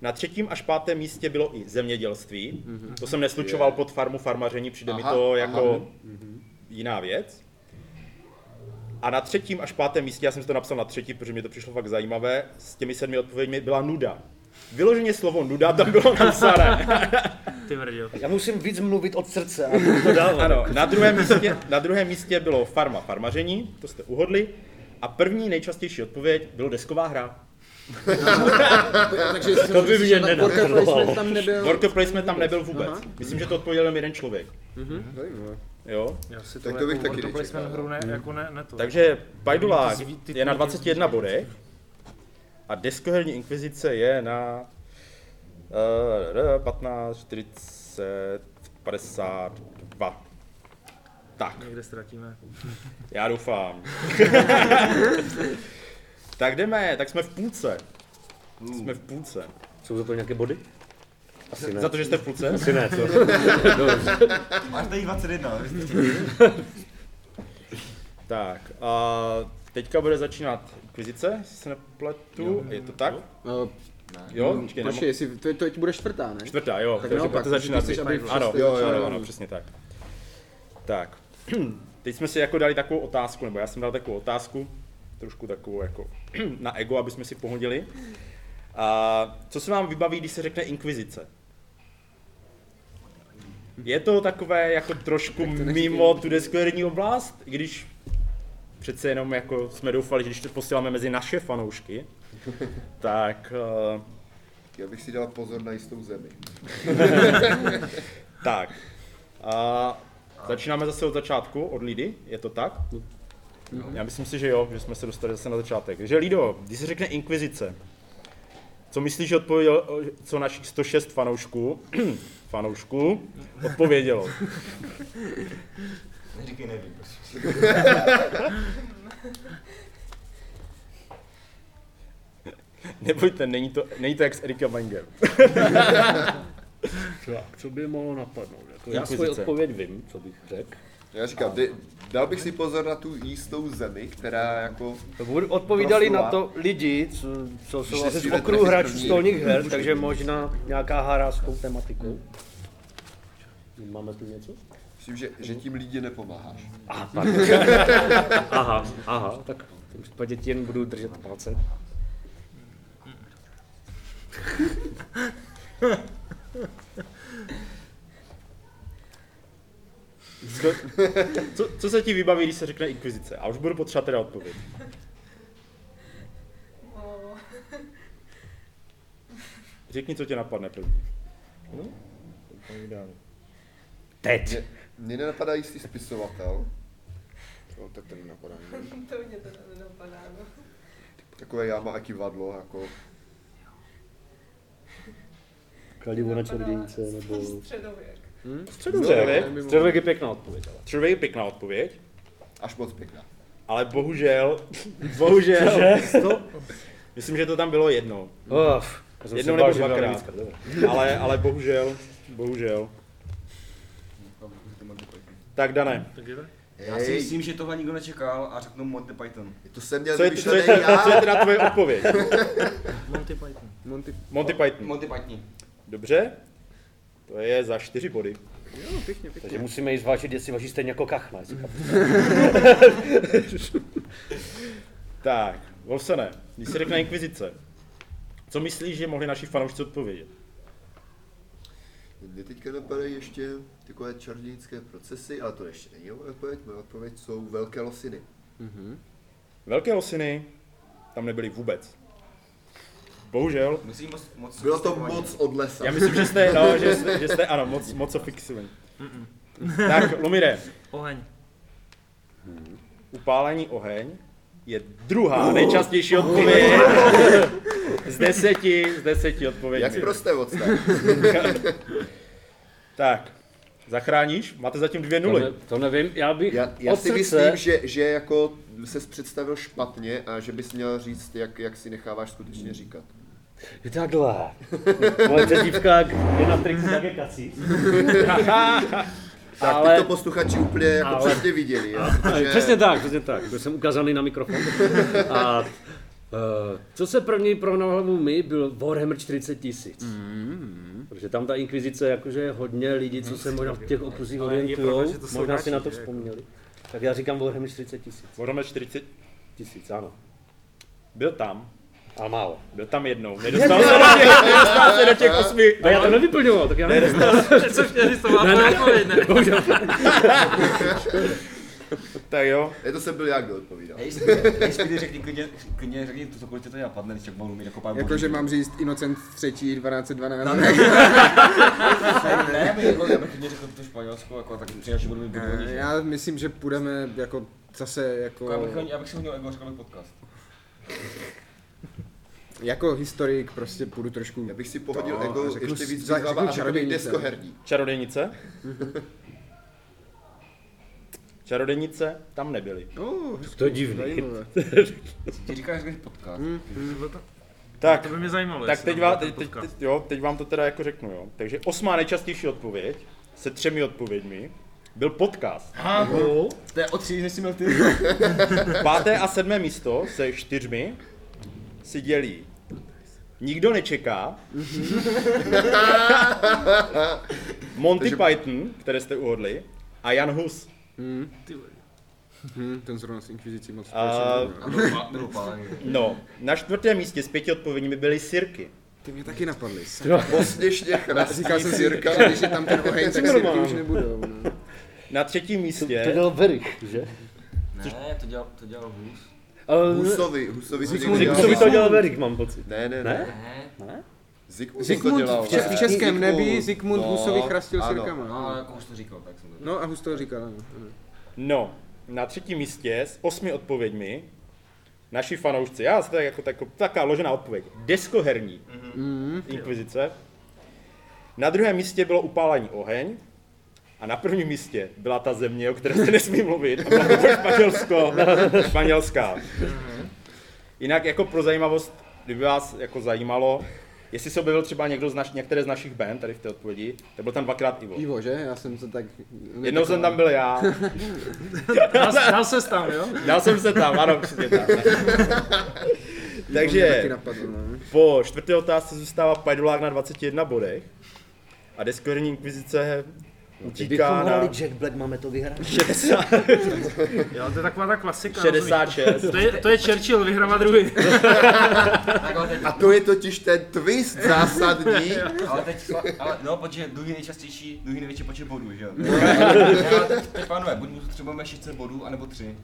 Speaker 2: Na třetím až pátém místě bylo i zemědělství. To jsem neslučoval pod farmu farmaření, přijde mi
Speaker 3: Aha,
Speaker 2: to
Speaker 3: aha. Mhm.
Speaker 2: jako jiná věc. A na třetím až pátém místě, já jsem si to napsal na třetí, protože mi to přišlo fakt zajímavé, s těmi sedmi odpověďmi byla nuda. Vyloženě slovo nuda tam bylo napsané.
Speaker 1: Ty vrdio.
Speaker 6: Já musím víc mluvit od srdce, abych to dával.
Speaker 2: Ano, na druhém, místě, na druhém místě bylo farma farmaření, to jste uhodli. A první nejčastější odpověď bylo desková hra.
Speaker 4: Takže jsem
Speaker 6: To by mě
Speaker 4: myslel, že na worker
Speaker 6: nenapadlo.
Speaker 4: placement tam nebyl.
Speaker 2: Worker placement tam nebyl vůbec. Myslím, že to odpověděl jenom jeden člověk.
Speaker 4: Zajímavé.
Speaker 2: Jo?
Speaker 1: Já si jako
Speaker 3: Tak to bych taky
Speaker 1: workplace
Speaker 3: nečekal.
Speaker 1: hru ne, jako ne, ne to.
Speaker 2: Takže Pajdulák
Speaker 1: Ty zví- ty-
Speaker 2: je na
Speaker 1: ty-
Speaker 2: 21 bodech a deskoherní inkvizice je na uh, 15, 40, 52. Tak,
Speaker 1: Někde ztratíme.
Speaker 2: já doufám. tak jdeme, tak jsme v půlce. Jsme v půlce.
Speaker 6: Jsou za to nějaké body? Hmm. Asi ne.
Speaker 2: Za to, že jste v půlce?
Speaker 6: Asi ne, co?
Speaker 7: Máš tady 21.
Speaker 2: Tak, a teďka bude začínat inkvizice, jestli se nepletu. Je to tak?
Speaker 4: Uh,
Speaker 2: Jo? Počkej,
Speaker 4: Počkej, jestli, to, to teď bude čtvrtá, ne?
Speaker 2: Čtvrtá, jo.
Speaker 4: Tak
Speaker 2: takže
Speaker 4: naopak,
Speaker 2: pak to začíná
Speaker 4: ty chceš,
Speaker 2: být-
Speaker 4: aby
Speaker 2: ano,
Speaker 4: přesně-
Speaker 2: jo, jo,
Speaker 4: jo,
Speaker 2: ano,
Speaker 4: jo.
Speaker 2: ano, přesně tak. Tak. Teď jsme si jako dali takovou otázku, nebo já jsem dal takovou otázku, trošku takovou jako na ego, aby jsme si pohodili. A co se vám vybaví, když se řekne inkvizice? Je to takové jako trošku mimo tu deskverní oblast, i když přece jenom jako jsme doufali, že když to posíláme mezi naše fanoušky, tak eh,
Speaker 3: Já bych si dal pozor na jistou zemi.
Speaker 2: Tak. A začínáme zase od začátku, od Lidy, je to tak? Já myslím si, že jo, že jsme se dostali zase na začátek. Takže Lido, když se řekne inkvizice, co myslíš, že odpověděl, co našich 106 fanoušků, fanoušků, odpovědělo?
Speaker 7: Neříkej nevím.
Speaker 2: Nebojte, není to, není to jak s Erika Manger.
Speaker 6: Tak, co by mohlo napadnout? Jako já
Speaker 2: Inkvizice.
Speaker 6: svoji odpověď vím, co bych řekl.
Speaker 3: Já říkám, de, dal bych si pozor na tu jistou zemi, která jako...
Speaker 6: To budu- Odpovídali
Speaker 3: Proslula.
Speaker 6: na to lidi, co, co jsou
Speaker 3: Když
Speaker 6: asi z
Speaker 3: nestíhne
Speaker 6: okruhu
Speaker 3: trefit
Speaker 6: hráčů
Speaker 3: první.
Speaker 6: stolních her, takže možná nějaká hra s tou tematikou. Hmm. Máme tu něco?
Speaker 3: Myslím, že, že tím lidi nepomáháš.
Speaker 6: Aha, tak. aha, aha, tak v tom případě ti jen budu držet palce.
Speaker 2: Co, co, co se ti vybaví, když se řekne inkvizice? A už budu potřebovat teda odpověď.
Speaker 5: O,
Speaker 2: Řekni, co tě napadne první.
Speaker 6: No, Teď.
Speaker 3: Mě, mě nenapadá jistý spisovatel,
Speaker 4: Jo, tak to nenapadá.
Speaker 5: to mě teda nenapadá, no.
Speaker 3: takové jáma a kivadlo, jako...
Speaker 6: Kladivo na
Speaker 5: Napadá
Speaker 6: červěnice
Speaker 5: spíš
Speaker 6: nebo...
Speaker 5: Středověk.
Speaker 2: Středověk.
Speaker 6: Středověk No, je pěkná odpověď, ale.
Speaker 2: Středověk je pěkná odpověď,
Speaker 3: Až moc pěkná.
Speaker 2: ale bohužel, bohužel, to, myslím, že to tam bylo jednou.
Speaker 6: Uf, já jsem
Speaker 2: Jednou
Speaker 6: se bál,
Speaker 2: nebo
Speaker 6: že byla
Speaker 2: dvakrát.
Speaker 6: anglická, dobré.
Speaker 2: Ale, ale bohužel, bohužel. Tak Dané,
Speaker 1: Tak je to?
Speaker 7: Já si myslím, že tohle nikdo nečekal a řeknu Monty Python.
Speaker 3: To jsem měl
Speaker 2: co je, co, je,
Speaker 3: vymyšlený
Speaker 2: co
Speaker 3: já.
Speaker 2: je teda tvoje odpověď?
Speaker 1: Monty Python.
Speaker 4: Monty,
Speaker 2: Monty Python.
Speaker 7: Monty Python.
Speaker 2: Dobře, to je za čtyři body.
Speaker 6: Takže musíme jí zvážit, jestli važí stejně jako kachna. jestli chápu.
Speaker 2: Tak, Volsene, když se řekne Inkvizice, co myslíš, že mohli naši fanoušci odpovědět?
Speaker 3: Mě teďka napadají ještě takové čarodějnické procesy, ale to ještě není moje odpověď. Moje odpověď jsou velké losiny.
Speaker 2: Velké losiny tam nebyly vůbec. Bohužel.
Speaker 7: Musím moc, moc
Speaker 3: Bylo to moc od lesa.
Speaker 2: Já myslím, že jste, no, že jste, že jste ano, moc, moc ofixili. Tak, Lumire,
Speaker 1: Oheň.
Speaker 2: upálení oheň je druhá nejčastější odpověď z deseti, z deseti
Speaker 3: Jak
Speaker 2: odpovědí.
Speaker 3: prosté odstav.
Speaker 2: Tak, zachráníš? Máte zatím dvě nuly.
Speaker 6: To, ne, to nevím, já bych
Speaker 3: Já, já
Speaker 6: od
Speaker 3: si myslím, že, že jako se představil špatně a že bys měl říct, jak, jak si necháváš skutečně říkat.
Speaker 6: že... Takhle. Moje přezdívka je na triku tak je kací.
Speaker 3: Tak ale...
Speaker 6: Ale-
Speaker 3: teď to posluchači úplně jako ale...
Speaker 6: Ale-
Speaker 3: přesně viděli, jo, protože
Speaker 6: Přesně tak, přesně tak. Byl jsem ukázaný na mikrofon. A eh, co se první prohnal hlavou mi, byl Warhammer 40 tisíc. Protože tam ta inkvizice, jakože je hodně lidí, co se možná v těch okruzích
Speaker 1: Ale je pravda,
Speaker 6: orientují,
Speaker 1: že to jsou
Speaker 6: možná
Speaker 1: hráči,
Speaker 6: si na to
Speaker 1: že jako-
Speaker 6: vzpomněli. Tak já říkám Warhammer 40 tisíc.
Speaker 2: Vorome 40,
Speaker 6: Tisíc, ano.
Speaker 2: byl tam,
Speaker 6: Ale málo.
Speaker 2: byl tam jednou, nedostal se do těch, nedostal se do těch osmi.
Speaker 6: A já to nevyplňoval, tak já nevím.
Speaker 1: Co chtěli, to vám odpověď, ne?
Speaker 2: Tak jo,
Speaker 3: je to jsem byl já, kdo odpovídal.
Speaker 7: Jestli řekni, klidně, klidně řekni to, cokoliv tě to napadne, když tak budu mít jako pár
Speaker 4: Jakože mám říct Innocent 3. 1212.
Speaker 7: Ne, já bych jako, já bych klidně řekl to španělskou, jako tak přijel, že budu mít
Speaker 4: Eh,
Speaker 7: podvodit.
Speaker 4: Já myslím, že půjdeme jako zase
Speaker 7: Já
Speaker 4: jako,
Speaker 7: bych, ho- já bych si hodil ego, řekl bych podcast.
Speaker 4: jako historik prostě půjdu trošku.
Speaker 3: Já bych si pohodil
Speaker 4: To,
Speaker 3: ego
Speaker 4: No, řeknu
Speaker 3: ještě
Speaker 4: s-
Speaker 3: víc
Speaker 4: za-
Speaker 3: z hlava
Speaker 4: řeknu
Speaker 3: a řekl bych
Speaker 4: čarodějnice.
Speaker 3: deskoherní.
Speaker 2: čarodějnice. Čarodějnice tam nebyly.
Speaker 4: Oh,
Speaker 6: To je divný.
Speaker 4: zajímavé.
Speaker 7: Ti říkáš, že jsi podcast.
Speaker 2: Tak,
Speaker 1: To by mě zajímalo.
Speaker 2: tak
Speaker 1: jestli
Speaker 2: teď,
Speaker 1: tam
Speaker 2: vám,
Speaker 1: byl
Speaker 2: teď,
Speaker 1: ten
Speaker 2: teď,
Speaker 1: podcast.
Speaker 2: teď, jo, teď vám to teda jako řeknu. Jo. Takže osmá nejčastější odpověď se třemi odpověďmi byl podcast.
Speaker 7: To je o tři, než jsi měl ty.
Speaker 2: Páté a sedmé místo se čtyřmi si dělí. Nikdo nečeká. Monty Python, které jste uhodli, a Jan Hus.
Speaker 4: Hm, ten zrovna s Inkvizicí moc
Speaker 2: A-
Speaker 4: společný nemá.
Speaker 7: Nebo pán.
Speaker 2: No, na čtvrtém místě s pěti odpověďmi byly sirky.
Speaker 4: Ty mě taky napadly.
Speaker 3: Posměšně chrastí
Speaker 4: Říkal jsem si,
Speaker 3: cirka.
Speaker 4: že když je tam ten oheň, tak si
Speaker 2: normální.
Speaker 4: už nebudou. No.
Speaker 2: Na třetím místě...
Speaker 6: To dělal Verich, že?
Speaker 7: Ne, to dělal, to dělal Hus.
Speaker 6: Ale...
Speaker 3: Husovi, Husovi to někdo
Speaker 6: Co by
Speaker 3: dělal.
Speaker 6: to dělal Verich, mám pocit.
Speaker 3: Ne, ne, ne.
Speaker 7: Ne,
Speaker 3: Zikmund to
Speaker 4: Zikmund
Speaker 3: dělal.
Speaker 4: v, čes, v českém nebi, Zikmund
Speaker 3: No,
Speaker 4: Husovi chrastil
Speaker 3: ano.
Speaker 4: sirkama.
Speaker 7: no, ale
Speaker 4: no.
Speaker 7: jako už to říkal, tak jsem to.
Speaker 4: No a Hus to říkal, ano. ano.
Speaker 2: No, na třetím místě s osmi odpověďmi naši fanoušci, já jsem tak jako, tak, taká ložená odpověď, deskoherní inkvizice. Na druhém místě bylo upálení oheň a na prvním místě byla ta země, o které se nesmí mluvit, a byla to Španělsko, španělská. Jinak jako pro zajímavost, kdyby vás jako zajímalo, jestli se objevil třeba někdo z naš, některé z našich band tady v té odpovědi, tak byl tam dvakrát Ivo.
Speaker 4: Ivo, že? Já jsem se tak...
Speaker 2: Jednou jsem tam byl já,
Speaker 1: Dal, dal ses tam, jo?
Speaker 2: Dal jsem se tam, ano, přesně tak.
Speaker 4: Taky
Speaker 2: Takže
Speaker 4: napadl, no.
Speaker 2: po čtvrté otázce zůstává Pajdulák na 21 bodech a deskoherní inkvizice utíká
Speaker 6: Kdybychom
Speaker 2: na
Speaker 6: hráli Jack Black, máme to vyhrát.
Speaker 2: 60,
Speaker 1: Jo, to je taková ta klasika. rozumíš?
Speaker 2: 66.
Speaker 1: To je, to je Churchill, vyhrává druhý.
Speaker 7: Tak ale teď,
Speaker 3: A to je totiž ten twist zásadní.
Speaker 7: ale teď, ale, no, protože druhý nejčastější, druhý největší počet bodů, že jo? Ale teď, teď, pánové, buď potřebujeme 600 bodů, anebo 3.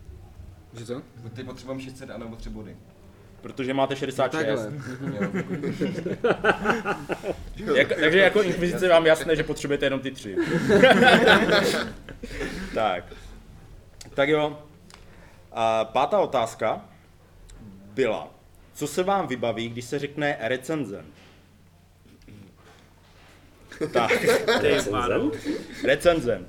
Speaker 4: Že co?
Speaker 7: Buď teď potřebujeme 600, anebo 3 body.
Speaker 2: Protože máte 66.
Speaker 4: Takhle.
Speaker 2: Jak, takže jako inkvizice vám jasné, že potřebujete jenom ty tři. tak. Tak jo. A pátá otázka byla, co se vám vybaví, když se řekne recenzen? Tak.
Speaker 1: Ty, pánu.
Speaker 2: Recenzent.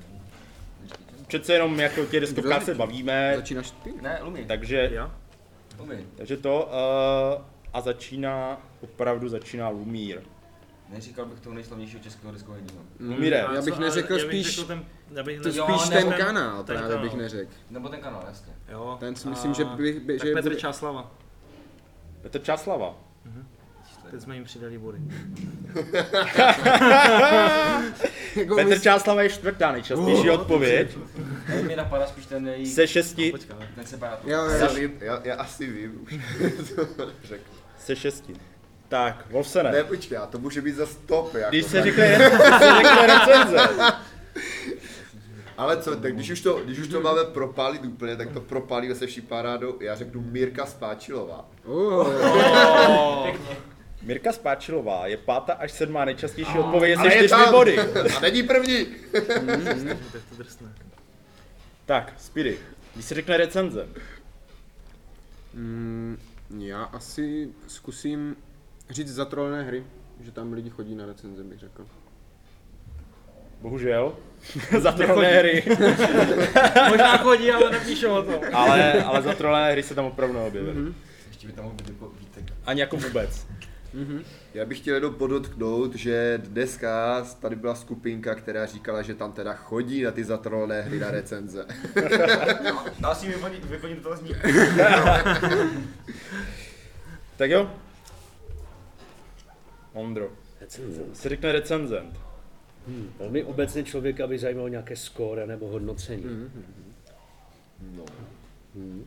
Speaker 2: Přece jenom jako tě deskovkách se bavíme,
Speaker 4: Začínáš ty?
Speaker 1: No
Speaker 7: Ne, Lumi, tak.
Speaker 2: takže,
Speaker 1: Jo?
Speaker 7: Lumi.
Speaker 2: takže to uh, a začíná, opravdu začíná Lumír.
Speaker 7: Neříkal bych toho nejslavnějšího českého diskoherního.
Speaker 2: Lumíre,
Speaker 1: A
Speaker 3: Mm.
Speaker 4: Já bych
Speaker 1: co, ale
Speaker 4: neřekl
Speaker 1: já bych
Speaker 4: spíš-
Speaker 1: řekl ten- já bych
Speaker 4: To
Speaker 1: neřekl-
Speaker 4: spíš
Speaker 7: ne,
Speaker 4: ten
Speaker 7: ten-
Speaker 4: kanál
Speaker 1: ten
Speaker 4: právě bych
Speaker 1: kanál.
Speaker 4: neřekl.
Speaker 7: Nebo ten kanál, jasně.
Speaker 1: Jo.
Speaker 4: Ten si
Speaker 1: a-
Speaker 4: myslím, že by- by-
Speaker 1: tak
Speaker 4: že
Speaker 1: Petr
Speaker 4: by-
Speaker 1: Čáslava.
Speaker 2: Petr Čáslava.
Speaker 1: Teď jsme jim přidali body.
Speaker 4: Jako
Speaker 2: Petr
Speaker 4: mys-
Speaker 2: Čáslava je čtvrtá nejčastější
Speaker 3: Oh.
Speaker 2: odpověď
Speaker 7: Teď mi napadá spíš ten nej...
Speaker 2: se šesti,
Speaker 1: Počkáme.
Speaker 7: Ten separát.
Speaker 4: Jo,
Speaker 3: Já
Speaker 4: jo,
Speaker 3: vím, já, já asi vím už.
Speaker 2: se šesti. Tak, Wolfsene.
Speaker 3: Ne, počkej, a to může být za stop, jako.
Speaker 2: Když se řekne, když se řekne recenze.
Speaker 3: Ale co, tak když už, to, když už to máme propálit úplně, tak to propálíme se vší parádou. Já řeknu Mírka Spáčilová.
Speaker 4: Oh,
Speaker 2: Mirka Spáčilová je pátá až sedmá nejčastější odpověď se
Speaker 3: Ale je
Speaker 2: čtyřmi
Speaker 3: tam.
Speaker 2: body.
Speaker 3: A není první!
Speaker 1: Tak to drsné.
Speaker 2: Tak, Speedy, když se řekne recenze.
Speaker 4: mm, já asi zkusím říct zatrolené hry, že tam lidi chodí na recenze, bych řekl.
Speaker 2: Bohužel. za trolené hry.
Speaker 1: Možná chodí, ale nepíšou o tom.
Speaker 2: Ale, ale za trolené hry se tam opravdu neobjevily.
Speaker 6: Mhm.
Speaker 7: Ještě by tam mohl být jako Vítek.
Speaker 2: Ani jako vůbec.
Speaker 3: Já bych chtěl jenom podotknout, že dneska tady byla skupinka, která říkala, že tam teda chodí na ty zatrolené hry na recenze.
Speaker 7: Dá si vyplnit, vyplnit dotazník.
Speaker 2: Tak jo. Ondro. Když se řekne recenzent.
Speaker 6: Velmi obecně člověk, aby zajímal nějaké skóre nebo hodnocení. Mm-hmm. No.
Speaker 1: No.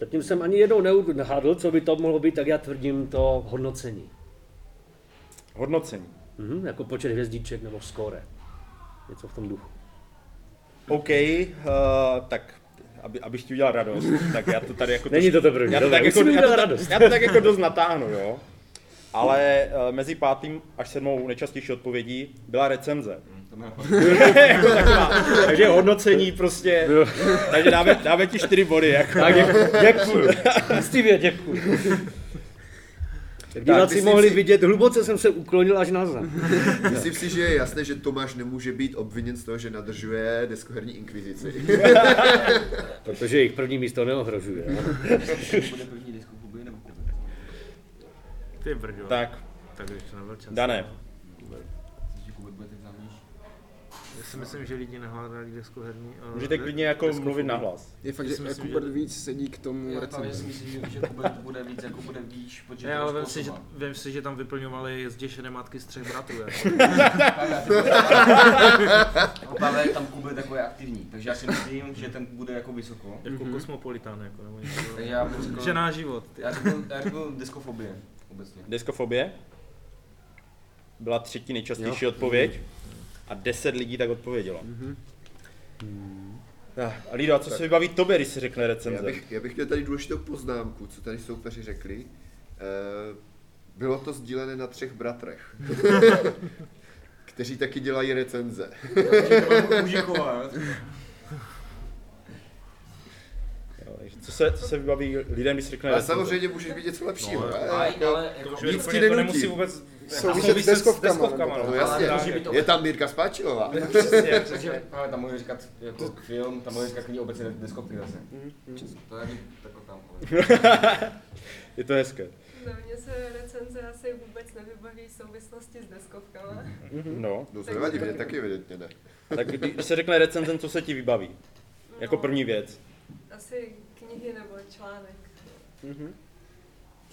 Speaker 6: Zatím jsem ani jednou neudhadl, co by to mohlo být, tak já tvrdím to hodnocení.
Speaker 2: Hodnocení.
Speaker 6: Mm-hmm. Jako počet hvězdiček nebo skóre. Něco v tom duchu.
Speaker 2: OK, uh, tak aby, abych ti udělal radost, tak já to tady jako...
Speaker 6: Není to dobrý,
Speaker 2: já to,
Speaker 6: dobré,
Speaker 2: tak jako, já,
Speaker 6: musím
Speaker 2: to,
Speaker 6: udělat
Speaker 2: tak-
Speaker 6: radost.
Speaker 2: já to tak jako dost natáhnu, jo. Ale uh, mezi pátým až sedmou nejčastější odpovědí byla recenze.
Speaker 7: To mě napadlo.
Speaker 2: jako taková. Takže hodnocení prostě. Takže dáme, dáme ti čtyři body. Jako.
Speaker 6: Tak děkuji. děkuji. Stivě děkuji. Tak diváci
Speaker 3: myslím
Speaker 6: mohli
Speaker 3: si-
Speaker 6: vidět, hluboce jsem se uklonil až na zem.
Speaker 3: Myslím si, že je jasné, že Tomáš nemůže být obviněn z toho, že nadržuje deskoherní inkvizici.
Speaker 6: Protože jejich první místo neohrožuje. jo.
Speaker 7: Bude první disku Kuby nebo Kuby?
Speaker 1: Ty brďo. Tak.
Speaker 2: Tak,
Speaker 1: tak když to nebyl čas.
Speaker 2: Dané.
Speaker 7: Myslíš, že Kuby bude ten známější?
Speaker 1: Já si myslím, že lidi nehládali desku herní. eh, ale-
Speaker 2: můžete klidně jako mluvit nahlas.
Speaker 4: Je fakt,
Speaker 1: Já si
Speaker 4: že
Speaker 1: myslím,
Speaker 4: Kubert
Speaker 1: že-
Speaker 4: víc sedí k tomu
Speaker 7: Já právě si
Speaker 4: recenzi.
Speaker 7: myslím, že- že Kuby bude víc, jako bude víš, protože
Speaker 1: Ne,
Speaker 7: to
Speaker 1: ale
Speaker 7: už
Speaker 1: vem si, že,
Speaker 7: posouval.
Speaker 1: vem si, že tam vyplňovali zděšené matky z třech bratrů. Jako.
Speaker 7: No, Pavel tam Kuby takový aktivní, takže já si myslím, že ten bude jako vysoko.
Speaker 1: jako kosmopolitán, jako nebo něco.
Speaker 7: Takže já bych řekl,
Speaker 1: Jako- Že náš život. Ty.
Speaker 7: já řekl, já řekl diskofobie obecně.
Speaker 2: Deskofobie byla třetí nejčastější odpověď a deset lidí tak odpovědělo.
Speaker 3: Mhm.
Speaker 2: Tak, A Lido, a co se vybaví tobě, když se řekne
Speaker 3: Já
Speaker 2: recenze?
Speaker 3: bych, já bych měl tady důležitou poznámku, co tady soupeři řekli. Eh, Bylo to sdílené na třech bratrech, kteří taky dělají recenze.
Speaker 7: Takže to mám Kužíkova, jo?
Speaker 2: Jo, takže Co se, co se vybaví lidem, když se řekne
Speaker 3: Ale
Speaker 2: recenze? No,
Speaker 3: samozřejmě můžeš být něco lepšího. ne?
Speaker 7: Ale,
Speaker 3: Jako-
Speaker 7: ale jako,
Speaker 3: Nic
Speaker 2: Úplně
Speaker 3: ti
Speaker 2: to
Speaker 3: nenutí.
Speaker 2: nemusí vůbec
Speaker 4: Souviset
Speaker 2: souviset
Speaker 4: s deskovkama, nebo
Speaker 3: No
Speaker 2: no.
Speaker 3: jasně,
Speaker 7: Ale může být to-
Speaker 3: je tam Mírka Spáčilová.
Speaker 7: přesně, přesně. Pavel tam může říkat jako film, tam může říkat knihy obecně diskofobie zase. To je jako tam. ale-
Speaker 2: Je to hezké.
Speaker 5: Na mě se recenze asi vůbec nevybaví v souvislosti s deskovkama.
Speaker 2: No.
Speaker 3: No to nevadí, mě taky evidentně ne.
Speaker 2: Tak kdy- když se řekne recenzent, co se ti vybaví? Jako první věc.
Speaker 5: Asi knihy nebo článek.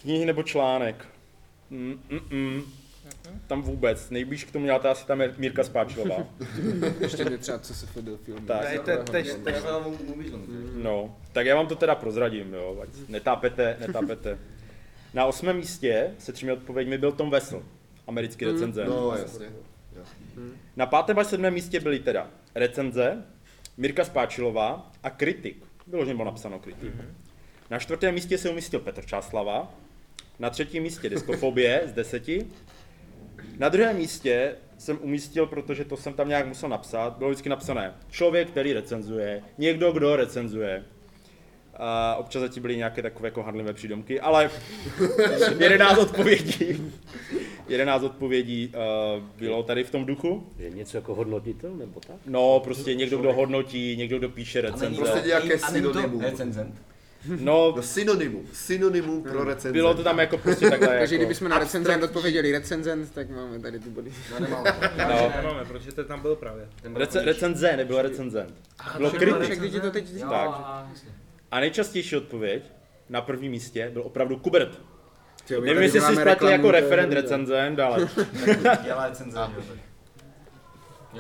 Speaker 2: Knihy nebo článek? Mm, mm, mm. Tam vůbec. Nejblíž k tomu děláte asi tam je Mírka Spáčilová.
Speaker 4: Ještě mě třeba co se fedil film.
Speaker 2: Tak.
Speaker 7: Ne,
Speaker 1: te- teď-
Speaker 7: to je jako mluvíš, no.
Speaker 2: No, tak já vám to teda prozradím, jo. Ať netápete, netápete. Na osmém místě se třemi odpověďmi byl Tom Vessel, americký recenzent.
Speaker 3: No jasně.
Speaker 2: Na pátém až sedmém místě byly teda recenze, Mirka Spáčilová a kritik. Vyloženě bylo napsáno kritik. Na čtvrtém místě se umístil Petr Čáslava, na třetím místě Diskofobie z deseti, na druhém místě jsem umístil, protože to jsem tam nějak musel napsat, bylo vždycky napsané člověk, který recenzuje, někdo, kdo recenzuje. A občas zatím byly nějaké takové jako handlivé přídomky, ale 11 odpovědí, 11 odpovědí uh, bylo tady v tom duchu.
Speaker 6: Je něco jako hodnotitel nebo tak?
Speaker 2: No, prostě někdo, kdo hodnotí, někdo, kdo píše
Speaker 7: A není-
Speaker 3: Prostě
Speaker 2: recenze.
Speaker 3: nějaké
Speaker 7: a není to
Speaker 3: synonymum.
Speaker 7: Recenzent.
Speaker 2: No,
Speaker 3: No synonymum, synonymum pro recenze.
Speaker 2: bylo to tam jako prostě takhle
Speaker 4: Takže
Speaker 2: jako...
Speaker 4: kdybychom na recenzent odpověděli recenzent, tak máme tady ty body.
Speaker 7: No nemáme.
Speaker 2: No,
Speaker 1: Nemáme, protože to tam byl právě.
Speaker 7: Ten byl
Speaker 2: rece-
Speaker 7: jako-
Speaker 2: recenze, nebyl recenzent. Bylo
Speaker 1: Kritik.
Speaker 4: Však
Speaker 2: kritik.
Speaker 4: když ti to teď
Speaker 7: Jo,
Speaker 2: tak.
Speaker 7: a- jasně.
Speaker 2: A nejčastější odpověď na prvním místě byl opravdu Kubert.
Speaker 4: Tyjo, my
Speaker 2: Nevím,
Speaker 4: tady
Speaker 2: jestli si jako
Speaker 4: děláme
Speaker 2: spletl
Speaker 4: reklamu,
Speaker 2: jako
Speaker 4: to je
Speaker 2: referent
Speaker 4: dobrý.
Speaker 2: recenzent, ale
Speaker 7: Dělá recenze, jo. tak.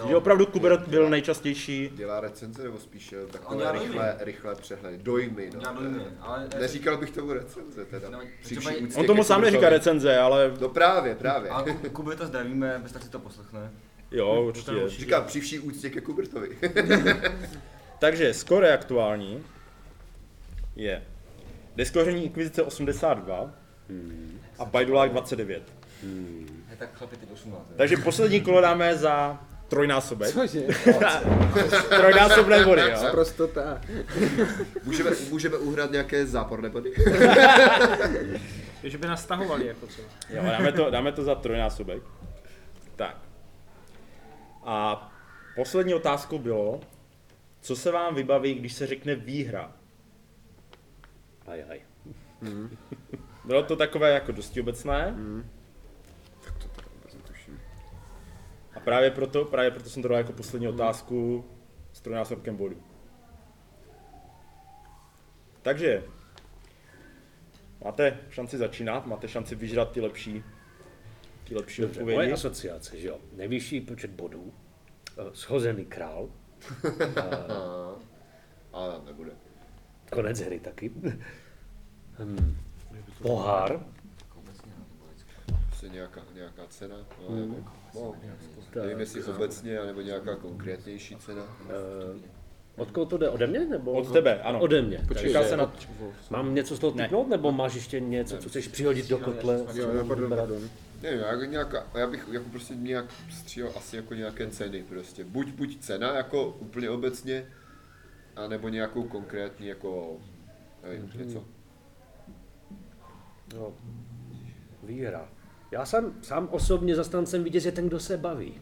Speaker 2: Že opravdu Kuberot byl nejčastější.
Speaker 3: Dělá recenze nebo spíš eh,
Speaker 7: dělá
Speaker 3: takové
Speaker 7: dojmy.
Speaker 3: rychlé, rychlé přehledy. Dojmy, no.
Speaker 7: Já nevím, ale...
Speaker 3: Neříkal bych tomu recenze teda.
Speaker 7: No,
Speaker 3: Při
Speaker 7: třeba-
Speaker 3: vší úctě
Speaker 2: On
Speaker 3: ke
Speaker 2: tomu sám neříká
Speaker 3: Kubertovi.
Speaker 2: recenze, ale
Speaker 3: No právě, právě.
Speaker 7: A Ku- Kubu to zdravíme, bez tak si to poslechne.
Speaker 2: jo, určitě.
Speaker 3: Říkám, při vší úctě ke Kubertovi.
Speaker 2: Takže skore aktuální je Deskoření Inkvizice 82
Speaker 7: Hmm.
Speaker 2: a Bajdulák 29.
Speaker 7: Je tak chlapi teď 18. ne?
Speaker 2: Takže poslední kolo dáme za trojnásobek.
Speaker 4: Cože?
Speaker 2: Trojnásobné body, jo.
Speaker 4: Prosto tak.
Speaker 3: můžeme, můžeme uhrát nějaké záporné body?
Speaker 1: Že by nás stahovali jako třeba.
Speaker 2: jo dáme, to, dáme to za trojnásobek. Tak. A poslední otázkou bylo, co se vám vybaví, když se řekne výhra?
Speaker 6: Aj, aj.
Speaker 2: Bylo to takové jako dosti obecné. A právě proto, právě proto jsem to dal jako poslední otázku s trojnásobkem bodů. Takže máte šanci začínat, máte šanci vyžrat ty lepší, ty lepší
Speaker 6: Dobře, moje
Speaker 2: odpovědi.
Speaker 6: asociace, že jo. Nejvyšší počet bodů, eh, schozený král,
Speaker 3: Ale nebude.
Speaker 6: konec hry taky. Hm, Pohár,
Speaker 3: Prostě nějaká, nějaká cena? No, nevím. No, nevím, jestli obecně, anebo nějaká konkrétnější cena.
Speaker 6: od koho to jde? Ode mě? Nebo
Speaker 2: Od tebe, ano.
Speaker 6: Ode mě.
Speaker 2: Počkej, se na...
Speaker 6: Mám něco z toho typnout, nebo máš ještě něco, co chceš přihodit do kotle?
Speaker 4: Jo, jo, pardon, pardon.
Speaker 3: Nevím, jak, nějaká, já bych jako prostě nějak střílel asi jako nějaké ceny prostě. Buď, buď cena jako úplně obecně, anebo nějakou konkrétní jako, nevím, něco.
Speaker 6: No, výhra. Já jsem sám osobně zastáncem vítěz je ten, kdo se baví.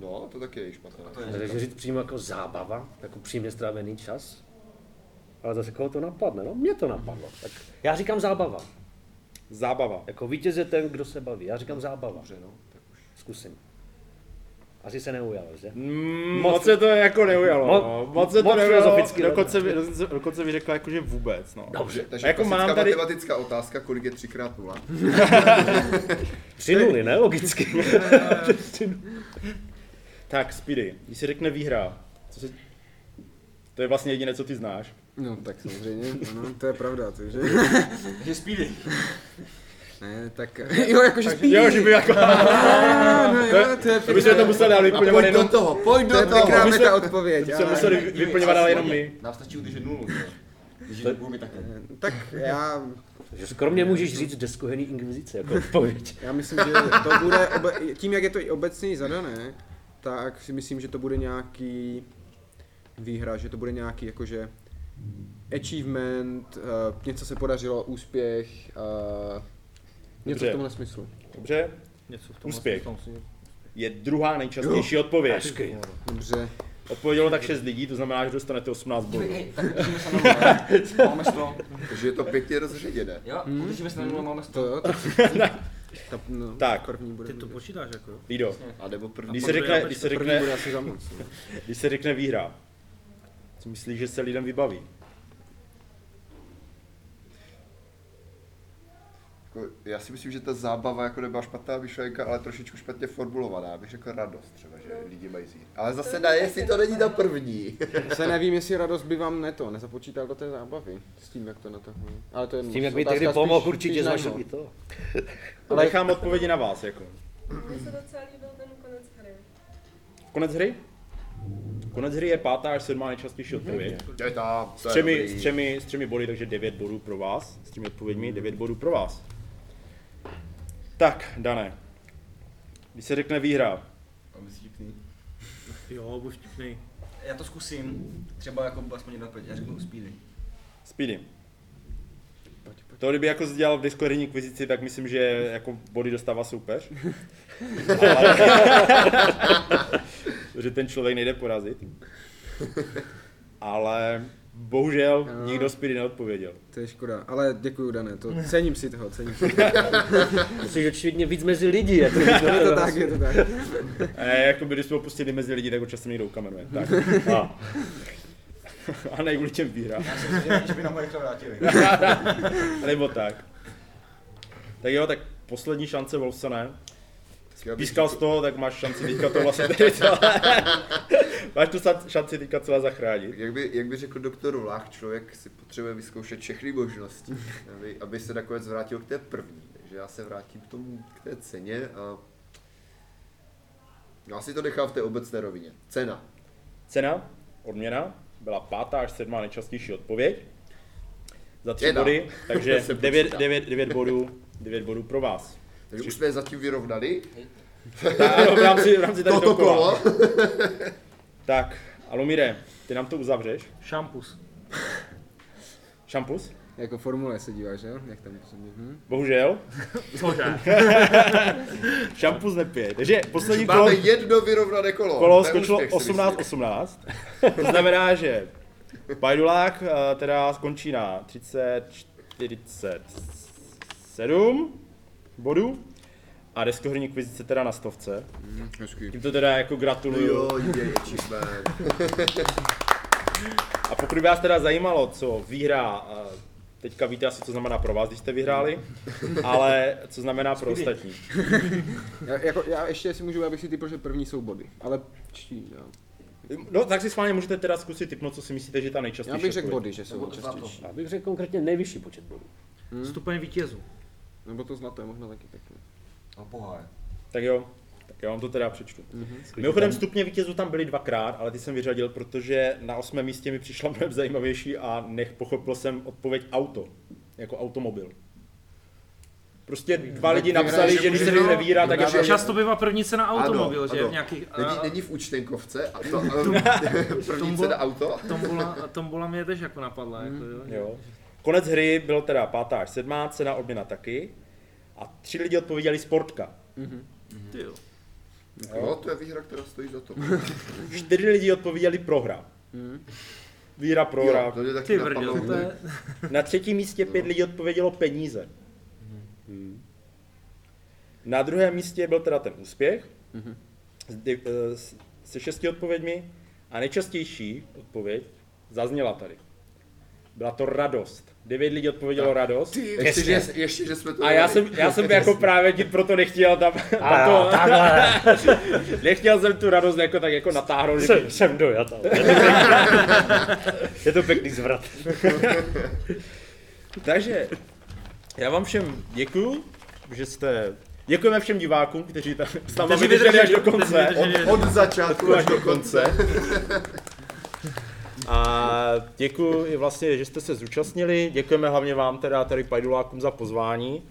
Speaker 3: No, to taky je špatné.
Speaker 6: Takže říct přímo jako zábava, jako přímě strávený čas. Ale zase koho to napadne? No, mě to napadlo. Tak já říkám zábava.
Speaker 2: Zábava.
Speaker 6: Jako vítěz je ten, kdo se baví. Já říkám zábava. Dobře, no, tak už. Zkusím. Asi se neujal, že?
Speaker 2: Mm,
Speaker 6: Moc-
Speaker 2: moc, se to jako neujalo.
Speaker 6: Moc-
Speaker 2: no. moc se to
Speaker 6: moc
Speaker 2: neujalo,
Speaker 6: filozoficky, ne?
Speaker 2: dokonce, vy- dokonce- dokonce vyřekla jako, že vůbec. No.
Speaker 6: Dobře.
Speaker 3: Takže
Speaker 2: A jako
Speaker 3: jako klasická
Speaker 2: mám tady-
Speaker 3: matematická otázka, kolik je 3x0.
Speaker 6: Tři nuly, ne? Logicky.
Speaker 2: Tak, Speedy, když se řekne výhra, co se... To je vlastně jediné, co ty znáš.
Speaker 4: No tak samozřejmě, ano, to je pravda, to, že?
Speaker 7: Takže speedy.
Speaker 4: Ne, tak... Jo, jakože spíš.
Speaker 2: Jo, že by jako...
Speaker 4: no, jo, to je
Speaker 2: To bychom to museli dát vyplňovat
Speaker 3: Pojď do
Speaker 2: jenom...
Speaker 3: toho, pojď
Speaker 4: To je
Speaker 3: do
Speaker 4: pěkná
Speaker 3: toho!
Speaker 4: meta odpověď.
Speaker 2: To
Speaker 4: ale-
Speaker 2: museli vyplňovat ale jenom my.
Speaker 7: Nám stačí udržet nulu. jo. Když to bude takhle.
Speaker 4: Tak já,
Speaker 6: Takže skromně můžeš říct deskohený inkvizice jako odpověď.
Speaker 4: já myslím, že to bude, obe, tím jak je to i obecně zadané, tak si myslím, že to bude nějaký výhra, že to bude nějaký jakože achievement, eh, něco se podařilo, úspěch, eh, něco
Speaker 2: Dobře.
Speaker 4: v tomhle smyslu.
Speaker 2: Dobře,
Speaker 1: Něco v tom
Speaker 2: úspěch. Je druhá nejčastější odpověď.
Speaker 6: Ašky.
Speaker 4: Dobře.
Speaker 2: Odpovědělo tak 6 lidí, to znamená, že dostanete 18 bodů.
Speaker 7: Hej, tak udržíme se na nule. Máme 100.
Speaker 3: Takže je to pěkně rozředěné.
Speaker 7: Jo, udržíme se na nule, máme 100.
Speaker 4: To jo, tak, ta, no,
Speaker 2: Tak.
Speaker 4: první bude.
Speaker 1: Ty to počítáš jako jo?
Speaker 2: Lido,
Speaker 3: A nebo první.
Speaker 2: když se řekne, když se
Speaker 4: První
Speaker 2: řekne,
Speaker 4: bude asi za moc. no.
Speaker 2: když se řekne výhra, co myslíš, že se lidem vybaví?
Speaker 3: Jako, já si myslím, že ta zábava jako nebyla špatná myšlenka, ale trošičku špatně formulovaná. Já bych řekl radost třeba, že lidi mají zít. Ale zase ne, jestli No. to není ta první.
Speaker 4: Se nevím, jestli radost by vám ne to, nezapočítal do té zábavy, s tím, jak to na to. Ale to je
Speaker 6: S tím, jak mi
Speaker 4: otázka
Speaker 6: tehdy
Speaker 4: spíš-
Speaker 6: pomohl,
Speaker 4: spíš
Speaker 6: určitě
Speaker 4: na
Speaker 6: znáš
Speaker 4: mnou.
Speaker 6: i to.
Speaker 2: Ale nechám odpovědi na vás, jako.
Speaker 5: Mně se docela líbil ten konec hry.
Speaker 2: Konec hry? Konec hry je pátá až sedmá nejčastější odpověď.
Speaker 3: Je tam, to
Speaker 2: S
Speaker 3: je
Speaker 2: třemi,
Speaker 3: dobrý. Hmm.
Speaker 2: s, třemi, s třemi body, takže 9 bodů pro vás. S těmi odpověďmi 9 bodů pro vás. Tak, Dané. Když se řekne výhra,
Speaker 7: Máme si vtipný.
Speaker 1: Jo, buď vtipnej.
Speaker 7: Já to zkusím. Třeba jako aspoň jedna pět. Já řeknu speedy.
Speaker 2: Speedy. To kdyby jako dělal v Discordní kvizici, tak myslím, že jako body dostává soupeř. Ale... že ten člověk nejde porazit. Ale bohužel
Speaker 3: No.
Speaker 2: nikdo Speedy neodpověděl.
Speaker 4: To je škoda, ale děkuju, Dané, to cením si toho, cením si.
Speaker 6: Jsi očividně víc mezi lidi. Je to,
Speaker 4: Je to tak, je to tak.
Speaker 2: E, jako by, když jsme ho pustili mezi lidi, tak ho časem někdo ukamenuje. Tak. A, a ne kvůli těm výhra.
Speaker 7: Já jsem si že by nám ho rychle vrátili.
Speaker 2: Nebo tak. Tak jo, tak poslední šance Volsone.
Speaker 3: Já bych
Speaker 2: pískal
Speaker 3: řekl-
Speaker 2: z toho, tak máš šanci teďka to vlastně tady celé. máš tu sa- šanci teďka celé zachránit.
Speaker 3: Jak by, jak by řekl doktor Vlách, člověk si potřebuje vyzkoušet všechny možnosti, aby, aby se nakonec vrátil k té první. Takže já se vrátím k tomu, k té ceně a já si to nechám v té obecné rovině. Cena.
Speaker 2: Cena, odměna, byla pátá až sedmá nejčastější odpověď. Za tři
Speaker 3: Jedna.
Speaker 2: body, takže
Speaker 3: Jsem
Speaker 2: 9,
Speaker 3: počítal.
Speaker 2: 9, 9 bodů, 9 bodů pro vás.
Speaker 3: Takže už jsme zatím vyrovnali.
Speaker 2: Tak, v rámci, v rámci tady
Speaker 3: Toto
Speaker 2: toho kola.
Speaker 3: kolo.
Speaker 2: Tak, Alomíre, ty nám to uzavřeš.
Speaker 1: Šampus.
Speaker 2: Šampus?
Speaker 4: Jako formule se díváš, jo? Jak tam působí? Hm?
Speaker 2: Bohužel. Šampus nepije. Takže poslední kolo,
Speaker 3: Máme jedno vyrovnané kolo.
Speaker 2: kolo
Speaker 3: To je
Speaker 2: skočilo
Speaker 3: úspěch, si myslím.
Speaker 2: 18-18. To znamená, že Pajdulák eh, teda skončí na 30, 47 bodů a deskohrní kvizice teda na stovce.
Speaker 4: Hezký.
Speaker 2: Tímto teda jako gratuluju.
Speaker 3: Mm, Jo, je, je čisté.
Speaker 2: A pokud by vás teda zajímalo, co výhra, eh, teďka víte asi, co znamená pro vás, když jste vyhráli, ale co znamená pro ostatní.
Speaker 4: Já, jako, já ještě si můžu, já bych si typl, že první jsou body, ale čtí, jo.
Speaker 2: No tak si schválně můžete teda zkusit typnout, co si myslíte, že jako je ta nejčastější
Speaker 4: Já bych řekl
Speaker 2: odpověď.
Speaker 4: body, že jsou nejčastější.
Speaker 6: Já bych řekl konkrétně nejvyšší počet bodů.
Speaker 1: Hmm. Stupeň vítězů.
Speaker 4: Nebo to zlaté možná taky pěkné.
Speaker 7: A pohár.
Speaker 2: Tak jo, tak já vám to teda přečtu.
Speaker 4: Mhm,
Speaker 2: Mm-hmm. Mimochodem stupně vítězů tam byly dvakrát, ale ty jsem vyřadil, protože na osmém místě mi přišla mnohem zajímavější a nech pochopil jsem odpověď auto, jako automobil. Prostě dva lidi napsali, že když se
Speaker 3: Vyhráli,
Speaker 2: někde výhra, tak
Speaker 3: vyhráli.
Speaker 2: je
Speaker 3: Čas-
Speaker 1: Často bývá první cena automobil,
Speaker 3: Ano,
Speaker 1: že?
Speaker 3: ano.
Speaker 1: V eh, nějakých... a-
Speaker 3: Není, není v účtenkovce a to, první
Speaker 1: Tumbo.
Speaker 3: cena auto.
Speaker 1: Tombola, a tombola mě tež jako napadla, jako jo.
Speaker 2: Jo. Konec hry byl teda pátá až sedmá, cena odměna taky. A tři lidi odpověděli sportka.
Speaker 1: Ty jo.
Speaker 3: Jo, to je výhra, která stojí za to.
Speaker 2: Čtyři lidi odpověděli prohra.
Speaker 4: Mhm.
Speaker 2: Výhra, prohra.
Speaker 3: Jo, to je
Speaker 1: Ty
Speaker 3: taky
Speaker 1: vrděl, to
Speaker 3: napadlo.
Speaker 1: je...
Speaker 2: Na třetím místě pět lidí odpovědělo peníze. Hmm. Na druhém místě byl teda ten úspěch s de- eh, s- se šesti odpověďmi a nejčastější odpověď zazněla tady. Byla to radost. Devět lidí odpovědělo radost.
Speaker 3: Ještě, že, ještě, že jsme to
Speaker 2: A já
Speaker 3: dali.
Speaker 2: jsem, já jsem jako právě ti proto nechtěl tam, tam to, nechtěl jsem tu radost jako tak jako natáhnout, že
Speaker 6: Jsem, jsem dojat, ale je to pěkný zvrat.
Speaker 2: Takže já vám všem děkuju, že jste... Děkujeme všem divákům, kteří tam s náma
Speaker 1: Kteří
Speaker 2: vydrželi až do
Speaker 1: vydrželi,
Speaker 2: konce.
Speaker 1: kteří vydrželi.
Speaker 3: Od začátku až do konce.
Speaker 2: A děkuji i vlastně, že jste se zúčastnili. Děkujeme hlavně vám teda tady pajdulákům za pozvání.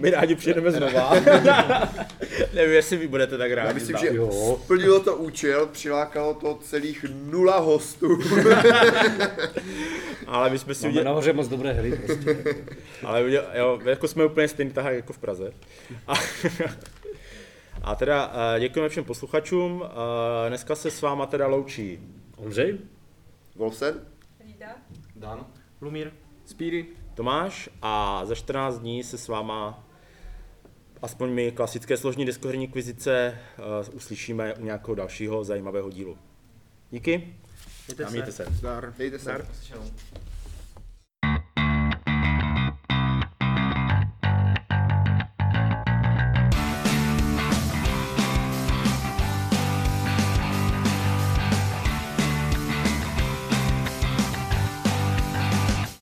Speaker 2: My rádi přijedeme znova. Nevím, jestli vy budete tak rádi.
Speaker 3: Já myslím,
Speaker 2: s
Speaker 3: že
Speaker 2: námi.
Speaker 6: Jo.
Speaker 3: splnilo to účel, přilákalo to celých nula hostů.
Speaker 2: Ale my jsme si
Speaker 6: Máme
Speaker 2: udělali...
Speaker 6: nahoře moc dobré hry. Prostě.
Speaker 2: Ale uděl, jo, jako jsme úplně stejný tahák jako v Praze. A, a teda eh, děkujeme všem posluchačům. Eh, Dneska se s váma teda loučí
Speaker 6: Ondřej?
Speaker 3: Volsen?
Speaker 5: Lída?
Speaker 7: Dan?
Speaker 1: Lumír.
Speaker 4: Spíry.
Speaker 2: Tomáš a za 14 dní se s váma aspoň my klasické složní diskoherní kvizice eh, uslyšíme u nějakého dalšího zajímavého dílu. Díky
Speaker 1: Mějte
Speaker 2: a
Speaker 1: se.
Speaker 2: mějte se.
Speaker 4: Zdar.
Speaker 3: Dejte se.
Speaker 7: Slyšel.